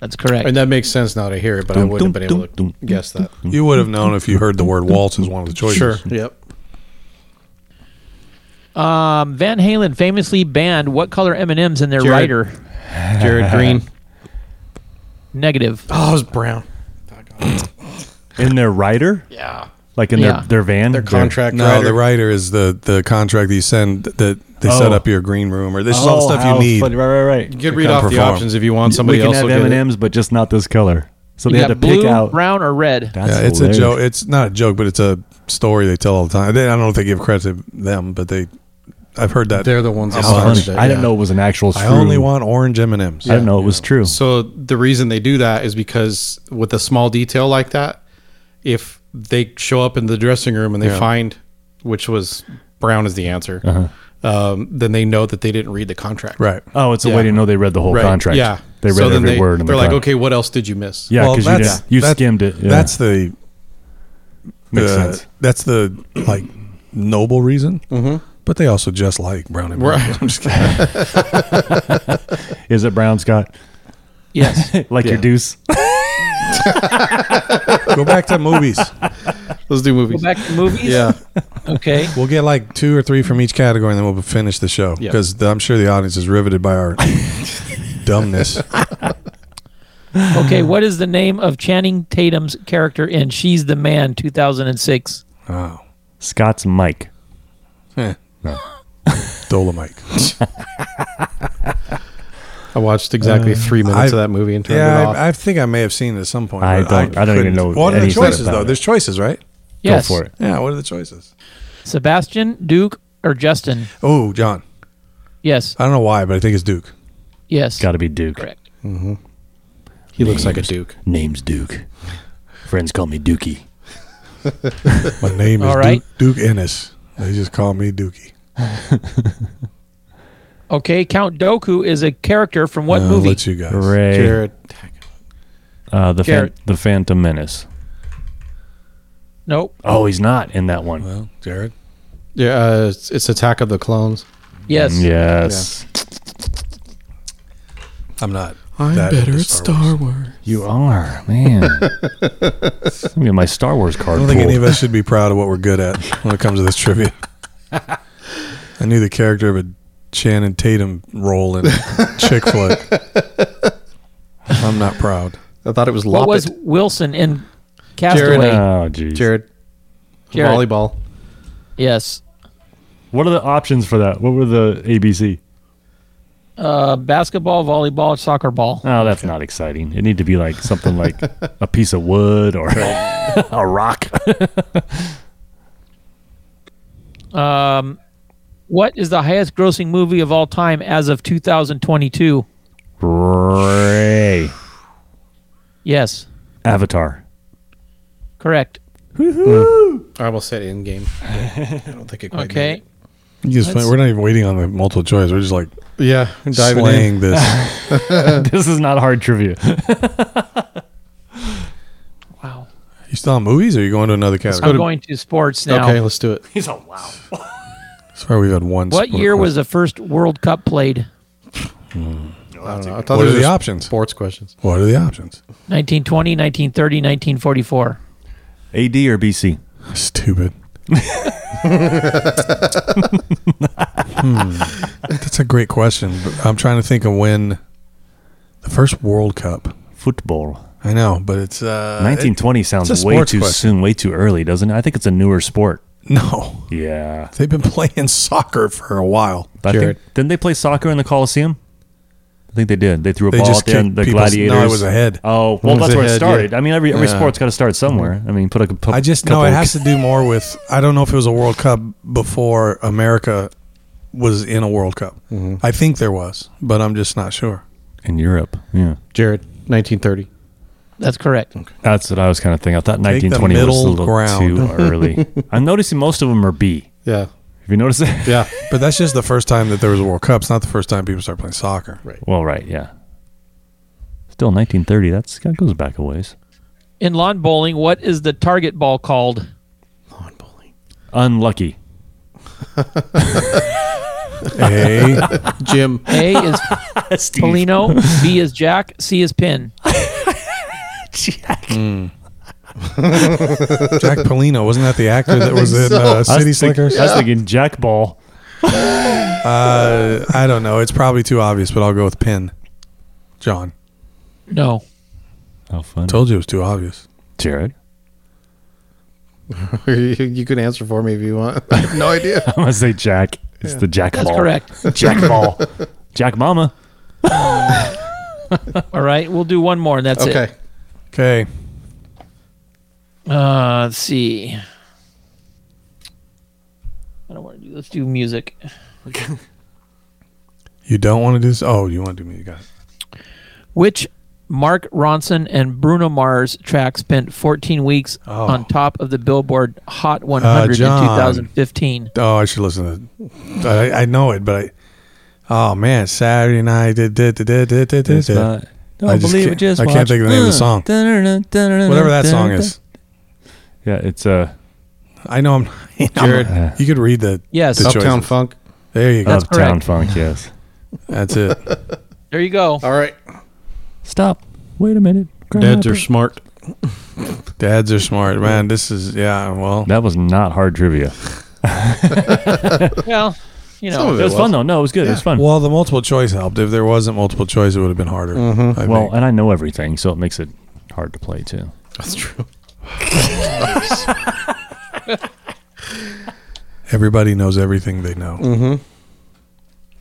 [SPEAKER 5] That's correct.
[SPEAKER 1] And that makes sense now to hear it, but I
[SPEAKER 6] Dum,
[SPEAKER 1] wouldn't have
[SPEAKER 6] dum,
[SPEAKER 1] been able
[SPEAKER 6] dum,
[SPEAKER 1] to
[SPEAKER 6] dum,
[SPEAKER 1] guess that.
[SPEAKER 2] You would have known if you heard the
[SPEAKER 6] [LAUGHS]
[SPEAKER 2] word waltz as one of the choices.
[SPEAKER 1] Sure. Yep.
[SPEAKER 5] Um, Van Halen famously banned what color M&Ms in their
[SPEAKER 1] Jared.
[SPEAKER 5] rider?
[SPEAKER 6] [LAUGHS]
[SPEAKER 1] Jared Green.
[SPEAKER 5] Negative.
[SPEAKER 1] Oh, it was brown.
[SPEAKER 6] In their rider? Yeah. Like in
[SPEAKER 5] Yeah.
[SPEAKER 6] their, their van?
[SPEAKER 1] Their contract
[SPEAKER 2] No,
[SPEAKER 1] writer.
[SPEAKER 2] the writer is the the contract that you send that they set
[SPEAKER 6] Oh.
[SPEAKER 2] up your green room or this is all the stuff
[SPEAKER 6] how
[SPEAKER 2] you need.
[SPEAKER 6] funny. Right, right, right.
[SPEAKER 1] You could
[SPEAKER 2] They
[SPEAKER 1] read
[SPEAKER 2] can't
[SPEAKER 1] off the
[SPEAKER 2] perform.
[SPEAKER 1] options if you want. Somebody
[SPEAKER 6] we can
[SPEAKER 1] else
[SPEAKER 6] have
[SPEAKER 1] will get
[SPEAKER 6] M
[SPEAKER 1] it.
[SPEAKER 6] and M's, but just not this color. So
[SPEAKER 5] You
[SPEAKER 6] they had to
[SPEAKER 5] got blue,
[SPEAKER 6] pick out.
[SPEAKER 5] brown, or red.
[SPEAKER 6] That's
[SPEAKER 2] Yeah, it's
[SPEAKER 6] hilarious.
[SPEAKER 2] a joke. It's not a joke, but it's a story they tell all the time. They, I don't know if they give credit to them, but they. I've heard that.
[SPEAKER 1] They're the ones that
[SPEAKER 2] Oh,
[SPEAKER 1] started
[SPEAKER 6] Funny.
[SPEAKER 1] it,
[SPEAKER 6] I didn't
[SPEAKER 1] yeah.
[SPEAKER 6] know it was an actual. True,
[SPEAKER 2] I only want orange M and M's.
[SPEAKER 6] I didn't know it was true.
[SPEAKER 1] So the reason they do that is because with a small detail like that, if they show up in the dressing room and they
[SPEAKER 2] Yeah.
[SPEAKER 1] find which was brown is the answer,
[SPEAKER 6] Uh-huh.
[SPEAKER 1] um, then they know that they didn't read the contract.
[SPEAKER 2] Right.
[SPEAKER 6] oh, it's a
[SPEAKER 1] Yeah.
[SPEAKER 6] way to know they read the whole
[SPEAKER 1] Right.
[SPEAKER 6] contract.
[SPEAKER 1] Yeah.
[SPEAKER 6] they read
[SPEAKER 1] so then
[SPEAKER 6] every
[SPEAKER 1] they,
[SPEAKER 6] word. In
[SPEAKER 1] they're
[SPEAKER 6] the
[SPEAKER 1] like,
[SPEAKER 6] contract.
[SPEAKER 1] okay, what else did you miss?
[SPEAKER 6] yeah, because you
[SPEAKER 2] that's-
[SPEAKER 6] didn't, you
[SPEAKER 2] that-
[SPEAKER 6] skimmed it. Yeah.
[SPEAKER 2] That's the.
[SPEAKER 6] makes
[SPEAKER 2] the-
[SPEAKER 6] sense.
[SPEAKER 2] That's the like noble reason. Mm-hmm. But they also just like brown and brown. I'm just kidding.
[SPEAKER 6] Is it brown, Scott? [LAUGHS]
[SPEAKER 5] Yes.
[SPEAKER 6] Like your deuce?
[SPEAKER 2] Go back to movies.
[SPEAKER 1] Let's do
[SPEAKER 5] Go
[SPEAKER 1] movies.
[SPEAKER 5] back to movies.
[SPEAKER 1] Yeah,
[SPEAKER 5] Okay.
[SPEAKER 2] We'll get like two or three from each category, and then we'll finish the show
[SPEAKER 1] Yeah.
[SPEAKER 2] because I'm sure the audience is riveted by [LAUGHS] our [LAUGHS] dumbness.
[SPEAKER 5] Okay. What is the name of Channing Tatum's character in She's the Man 2006?
[SPEAKER 2] Wow.
[SPEAKER 6] Scott's Mike.
[SPEAKER 2] Eh. Dolomite.
[SPEAKER 1] [LAUGHS]
[SPEAKER 2] [LAUGHS]
[SPEAKER 1] I watched exactly
[SPEAKER 6] Uh,
[SPEAKER 1] three minutes of that movie and turned it
[SPEAKER 2] Yeah,
[SPEAKER 1] off.
[SPEAKER 2] I, I think I may have seen it at some point.
[SPEAKER 6] I
[SPEAKER 2] but
[SPEAKER 6] don't- I don't even
[SPEAKER 2] couldn't-
[SPEAKER 6] know
[SPEAKER 2] What are the
[SPEAKER 6] anything
[SPEAKER 2] choices
[SPEAKER 6] about
[SPEAKER 2] though?
[SPEAKER 6] it.
[SPEAKER 2] There's choices, right?
[SPEAKER 5] Yes.
[SPEAKER 6] Go for it.
[SPEAKER 2] Yeah. What are the choices?
[SPEAKER 5] Sebastian, Duke, or Justin?
[SPEAKER 2] Oh, John.
[SPEAKER 5] Yes.
[SPEAKER 2] I don't know why, but I think it's Duke.
[SPEAKER 5] Yes.
[SPEAKER 6] Got to be Duke.
[SPEAKER 5] Correct.
[SPEAKER 1] he looks like a duke.
[SPEAKER 6] Name's Duke. Friends call me Dookie.
[SPEAKER 2] My name is
[SPEAKER 5] All right.
[SPEAKER 2] Duke, Duke Ennis. They just call me Dookie.
[SPEAKER 5] Okay, Count Doku is a character from
[SPEAKER 6] Uh,
[SPEAKER 5] what
[SPEAKER 2] I'll
[SPEAKER 5] movie?
[SPEAKER 2] let you guys.
[SPEAKER 6] Hooray.
[SPEAKER 1] Jared.
[SPEAKER 6] Uh, the, fan-
[SPEAKER 5] Jared.
[SPEAKER 6] the Phantom Menace.
[SPEAKER 5] Nope.
[SPEAKER 6] Oh, he's not in that one.
[SPEAKER 2] Well, Jared.
[SPEAKER 1] Yeah, uh, it's, it's Attack of the Clones.
[SPEAKER 5] Yes.
[SPEAKER 6] Yes.
[SPEAKER 2] I'm not.
[SPEAKER 1] I'm
[SPEAKER 2] That
[SPEAKER 1] better at
[SPEAKER 2] is Star
[SPEAKER 1] Star Wars.
[SPEAKER 6] You are, man.
[SPEAKER 2] [LAUGHS]
[SPEAKER 6] Let me get my Star Wars
[SPEAKER 2] I
[SPEAKER 6] card.
[SPEAKER 2] don't think
[SPEAKER 6] pulled.
[SPEAKER 2] any of us should be proud of what we're good at when it comes to this trivia.
[SPEAKER 1] [LAUGHS]
[SPEAKER 2] I knew the character of a Channing Tatum role in Chick
[SPEAKER 1] [LAUGHS]
[SPEAKER 2] flick. I'm not proud.
[SPEAKER 1] I thought it was
[SPEAKER 5] What
[SPEAKER 1] Loppet.
[SPEAKER 5] was Wilson in
[SPEAKER 1] Jared,
[SPEAKER 5] Castaway?
[SPEAKER 6] Oh, geez.
[SPEAKER 1] Jared.
[SPEAKER 5] Jared.
[SPEAKER 1] Volleyball.
[SPEAKER 5] yes.
[SPEAKER 6] What are the options for that? What were the ABC?
[SPEAKER 5] Uh, basketball, volleyball, soccer ball.
[SPEAKER 6] Oh, that's not exciting. It need to be like something like
[SPEAKER 2] [LAUGHS]
[SPEAKER 6] a piece of wood or [LAUGHS] a rock.
[SPEAKER 5] Um, what is the highest grossing movie of all time as of 2022?
[SPEAKER 6] Ray.
[SPEAKER 5] Yes.
[SPEAKER 6] Avatar.
[SPEAKER 5] Correct.
[SPEAKER 1] I almost said in game. I don't think it quite
[SPEAKER 5] Okay.
[SPEAKER 2] You just-
[SPEAKER 5] That's-
[SPEAKER 2] we're not even waiting on the multiple choice. We're just like
[SPEAKER 1] made it. Yeah, diving
[SPEAKER 2] slaying this.
[SPEAKER 6] this is not hard trivia. [LAUGHS]
[SPEAKER 5] Wow.
[SPEAKER 2] [LAUGHS] You still on movies or are you going to another
[SPEAKER 5] I'm
[SPEAKER 2] category?
[SPEAKER 5] going to sports
[SPEAKER 1] in.
[SPEAKER 5] now.
[SPEAKER 1] Okay, let's do it.
[SPEAKER 3] He's a wow.
[SPEAKER 2] Sorry, we've had one.
[SPEAKER 5] What
[SPEAKER 2] sport
[SPEAKER 5] year
[SPEAKER 2] question.
[SPEAKER 5] was the first World Cup played?
[SPEAKER 1] [LAUGHS] I don't know. I thought
[SPEAKER 2] What
[SPEAKER 1] there
[SPEAKER 2] are
[SPEAKER 1] was
[SPEAKER 2] the
[SPEAKER 1] just
[SPEAKER 2] options?
[SPEAKER 1] sports questions.
[SPEAKER 2] What are the options?
[SPEAKER 5] 1920, 1930, 1944.
[SPEAKER 6] AD or BC?
[SPEAKER 2] Stupid.
[SPEAKER 5] [LAUGHS]
[SPEAKER 2] hmm. That's a great question. But I'm trying to think of when the first World Cup.
[SPEAKER 6] Football.
[SPEAKER 2] I know, but it's uh,
[SPEAKER 6] 1920
[SPEAKER 2] it's
[SPEAKER 6] sounds
[SPEAKER 2] a
[SPEAKER 6] way
[SPEAKER 2] sports
[SPEAKER 6] too
[SPEAKER 2] question.
[SPEAKER 6] soon, way too early, doesn't it? I think it's a newer sport.
[SPEAKER 2] it- [LAUGHS] no,
[SPEAKER 6] Yeah.
[SPEAKER 2] they've been playing soccer for a while.
[SPEAKER 6] I
[SPEAKER 1] Jared.
[SPEAKER 6] think, didn't they play soccer in the Coliseum? I think they did. They threw a
[SPEAKER 2] They
[SPEAKER 6] ball
[SPEAKER 2] just
[SPEAKER 6] out there and
[SPEAKER 2] kicked
[SPEAKER 6] the
[SPEAKER 2] people's-
[SPEAKER 6] gladiators.
[SPEAKER 2] No, it was a head.
[SPEAKER 6] Oh, well,
[SPEAKER 1] was
[SPEAKER 6] that's
[SPEAKER 1] a
[SPEAKER 6] where
[SPEAKER 1] head,
[SPEAKER 6] it
[SPEAKER 1] yeah.
[SPEAKER 6] started. I mean, every, every
[SPEAKER 2] Yeah.
[SPEAKER 6] sport's got to start somewhere. I mean, put a couple.
[SPEAKER 2] I just know
[SPEAKER 6] couple
[SPEAKER 2] it has to do more with. I don't know if it was a World Cup before America was in a World Cup. I think there was, but I'm just not sure.
[SPEAKER 6] in Europe. Yeah.
[SPEAKER 1] Jared, 1930.
[SPEAKER 5] That's correct.
[SPEAKER 6] That's what I was kind of thinking. I thought
[SPEAKER 2] Take the
[SPEAKER 6] 1920 was a
[SPEAKER 2] middle
[SPEAKER 6] little
[SPEAKER 2] ground.
[SPEAKER 6] too
[SPEAKER 2] [LAUGHS]
[SPEAKER 6] early. I'm noticing most of them are B.
[SPEAKER 1] Yeah,
[SPEAKER 6] Have you noticed that? [LAUGHS]
[SPEAKER 1] yeah.
[SPEAKER 2] But that's just the first time that there was a World Cup. It's not the first time people start playing soccer.
[SPEAKER 6] Well, right, yeah. Still 1930. That's that goes back a ways.
[SPEAKER 5] In lawn bowling, what is the target ball called?
[SPEAKER 1] Lawn bowling.
[SPEAKER 6] Unlucky.
[SPEAKER 2] Hey,
[SPEAKER 1] Jim. [LAUGHS]
[SPEAKER 5] A is Polino, B is Jack, C is Pin.
[SPEAKER 2] Jack Polino wasn't that the actor that was in uh,
[SPEAKER 6] I
[SPEAKER 2] City
[SPEAKER 6] was think-
[SPEAKER 2] Slickers?
[SPEAKER 6] I was thinking Jack Ball.
[SPEAKER 2] Uh, I don't know. It's probably too obvious, but I'll go with Penn. John
[SPEAKER 5] No.
[SPEAKER 6] How fun.
[SPEAKER 2] told you it was too obvious.
[SPEAKER 6] Jared.
[SPEAKER 1] you can answer for me if you want. [LAUGHS] I have no idea.
[SPEAKER 6] [LAUGHS] I'm gonna say Jack. It's the Jack
[SPEAKER 5] That's
[SPEAKER 6] Ball. [LAUGHS]
[SPEAKER 5] correct.
[SPEAKER 6] Jack Ball. Jack Mama.
[SPEAKER 5] All right. We'll do one more and that's
[SPEAKER 1] okay.
[SPEAKER 5] it.
[SPEAKER 2] Okay,
[SPEAKER 5] Uh, let's see. I don't want to do let's do music.
[SPEAKER 2] you don't want to do this. Oh, you want to do me? You got it.
[SPEAKER 5] Which Mark Ronson and Bruno Mars track spent 14 weeks
[SPEAKER 2] Oh. Uh,
[SPEAKER 5] on top of the Billboard Hot 100 in
[SPEAKER 2] John.
[SPEAKER 5] 2015?
[SPEAKER 2] Oh, I should listen to. I, I know it, but I. Oh man, Saturday night. da- da- da- da- da- da- da- da.
[SPEAKER 6] Don't
[SPEAKER 2] I just
[SPEAKER 6] believe it.
[SPEAKER 2] can't-
[SPEAKER 6] Just
[SPEAKER 2] I can't
[SPEAKER 6] watch.
[SPEAKER 2] think of the name of the
[SPEAKER 6] Uh,
[SPEAKER 5] [LAUGHS]
[SPEAKER 2] song.
[SPEAKER 6] dun-dun-dun, dun-dun-dun,
[SPEAKER 2] Whatever that song
[SPEAKER 6] dun-dun-dun.
[SPEAKER 2] is,
[SPEAKER 6] Yeah, it's uh,
[SPEAKER 2] I know I'm. [LAUGHS]
[SPEAKER 1] Jared.
[SPEAKER 2] I'm- you could read the.
[SPEAKER 5] Yes.
[SPEAKER 2] The
[SPEAKER 1] Uptown
[SPEAKER 2] choices.
[SPEAKER 1] Funk.
[SPEAKER 2] There you go.
[SPEAKER 5] That's
[SPEAKER 6] Uptown
[SPEAKER 5] correct.
[SPEAKER 6] Funk. Yes.
[SPEAKER 2] That's
[SPEAKER 6] [LAUGHS]
[SPEAKER 2] it.
[SPEAKER 5] There you go.
[SPEAKER 1] All right.
[SPEAKER 6] Stop. Wait a minute.
[SPEAKER 1] Dads are
[SPEAKER 6] Grandpa.
[SPEAKER 1] smart.
[SPEAKER 2] Dads are smart, man. This is yeah. Well,
[SPEAKER 6] That was not hard trivia. [LAUGHS]
[SPEAKER 5] Well, you
[SPEAKER 1] Some
[SPEAKER 5] know,
[SPEAKER 1] of
[SPEAKER 6] It was
[SPEAKER 1] it was.
[SPEAKER 6] fun though. No, it was good. It was fun.
[SPEAKER 2] well, the multiple choice helped. If there wasn't multiple choice, it would have been harder. I
[SPEAKER 6] Well,
[SPEAKER 2] think.
[SPEAKER 6] and I know everything, so it makes it hard to play too.
[SPEAKER 1] That's true.
[SPEAKER 2] everybody knows everything they know.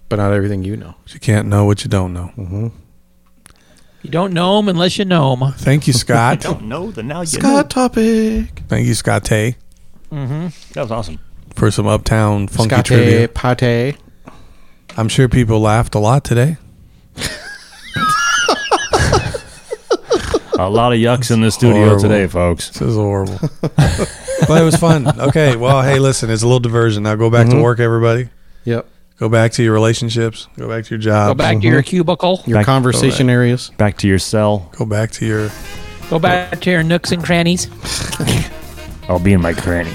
[SPEAKER 1] But not everything you know.
[SPEAKER 2] But you can't know what you don't know.
[SPEAKER 5] you don't know them unless you know them.
[SPEAKER 2] Thank you, Scott.
[SPEAKER 6] No, the now you
[SPEAKER 1] Scott topic.
[SPEAKER 2] Thank you, Scott Tay,
[SPEAKER 6] That was awesome.
[SPEAKER 2] for some uptown funky
[SPEAKER 1] Scott
[SPEAKER 2] trivia.
[SPEAKER 1] Pate.
[SPEAKER 2] I'm sure people laughed a lot today.
[SPEAKER 6] A lot of yucks in the studio
[SPEAKER 2] horrible.
[SPEAKER 6] today, folks.
[SPEAKER 2] This is horrible. [LAUGHS] But it was fun. Okay. Well, hey, listen, it's a little diversion. Now go back to work, everybody.
[SPEAKER 1] Yep.
[SPEAKER 2] Go back to your relationships. Go back to your job.
[SPEAKER 5] Go back to your cubicle.
[SPEAKER 1] Your
[SPEAKER 6] Back-
[SPEAKER 1] conversation areas.
[SPEAKER 6] Back to your cell.
[SPEAKER 2] Go back to your.
[SPEAKER 5] Go back to your nooks and crannies.
[SPEAKER 6] I'll be in my [LAUGHS] cranny.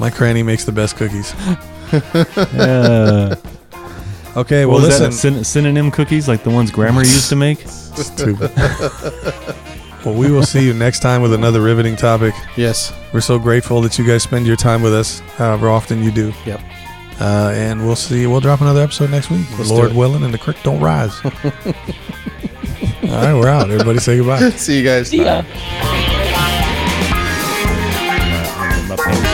[SPEAKER 2] My cranny makes the best cookies.
[SPEAKER 6] Uh,
[SPEAKER 2] Okay. Well,
[SPEAKER 6] what was
[SPEAKER 2] listen.
[SPEAKER 6] that? Syn- synonym cookies, like the ones Grammar used to make.
[SPEAKER 2] Stupid. well, we will see you next time with another riveting topic.
[SPEAKER 1] [LAUGHS] Yes.
[SPEAKER 2] We're so grateful that you guys spend your time with us, however often you do.
[SPEAKER 1] Yep.
[SPEAKER 2] Uh, and we'll see. We'll drop another episode next week.
[SPEAKER 1] Let's
[SPEAKER 2] Lord
[SPEAKER 1] do it.
[SPEAKER 2] willing, and the creek don't rise. All right, we're out. Everybody say goodbye.
[SPEAKER 1] See you guys.
[SPEAKER 5] See ya.
[SPEAKER 6] I'm up there.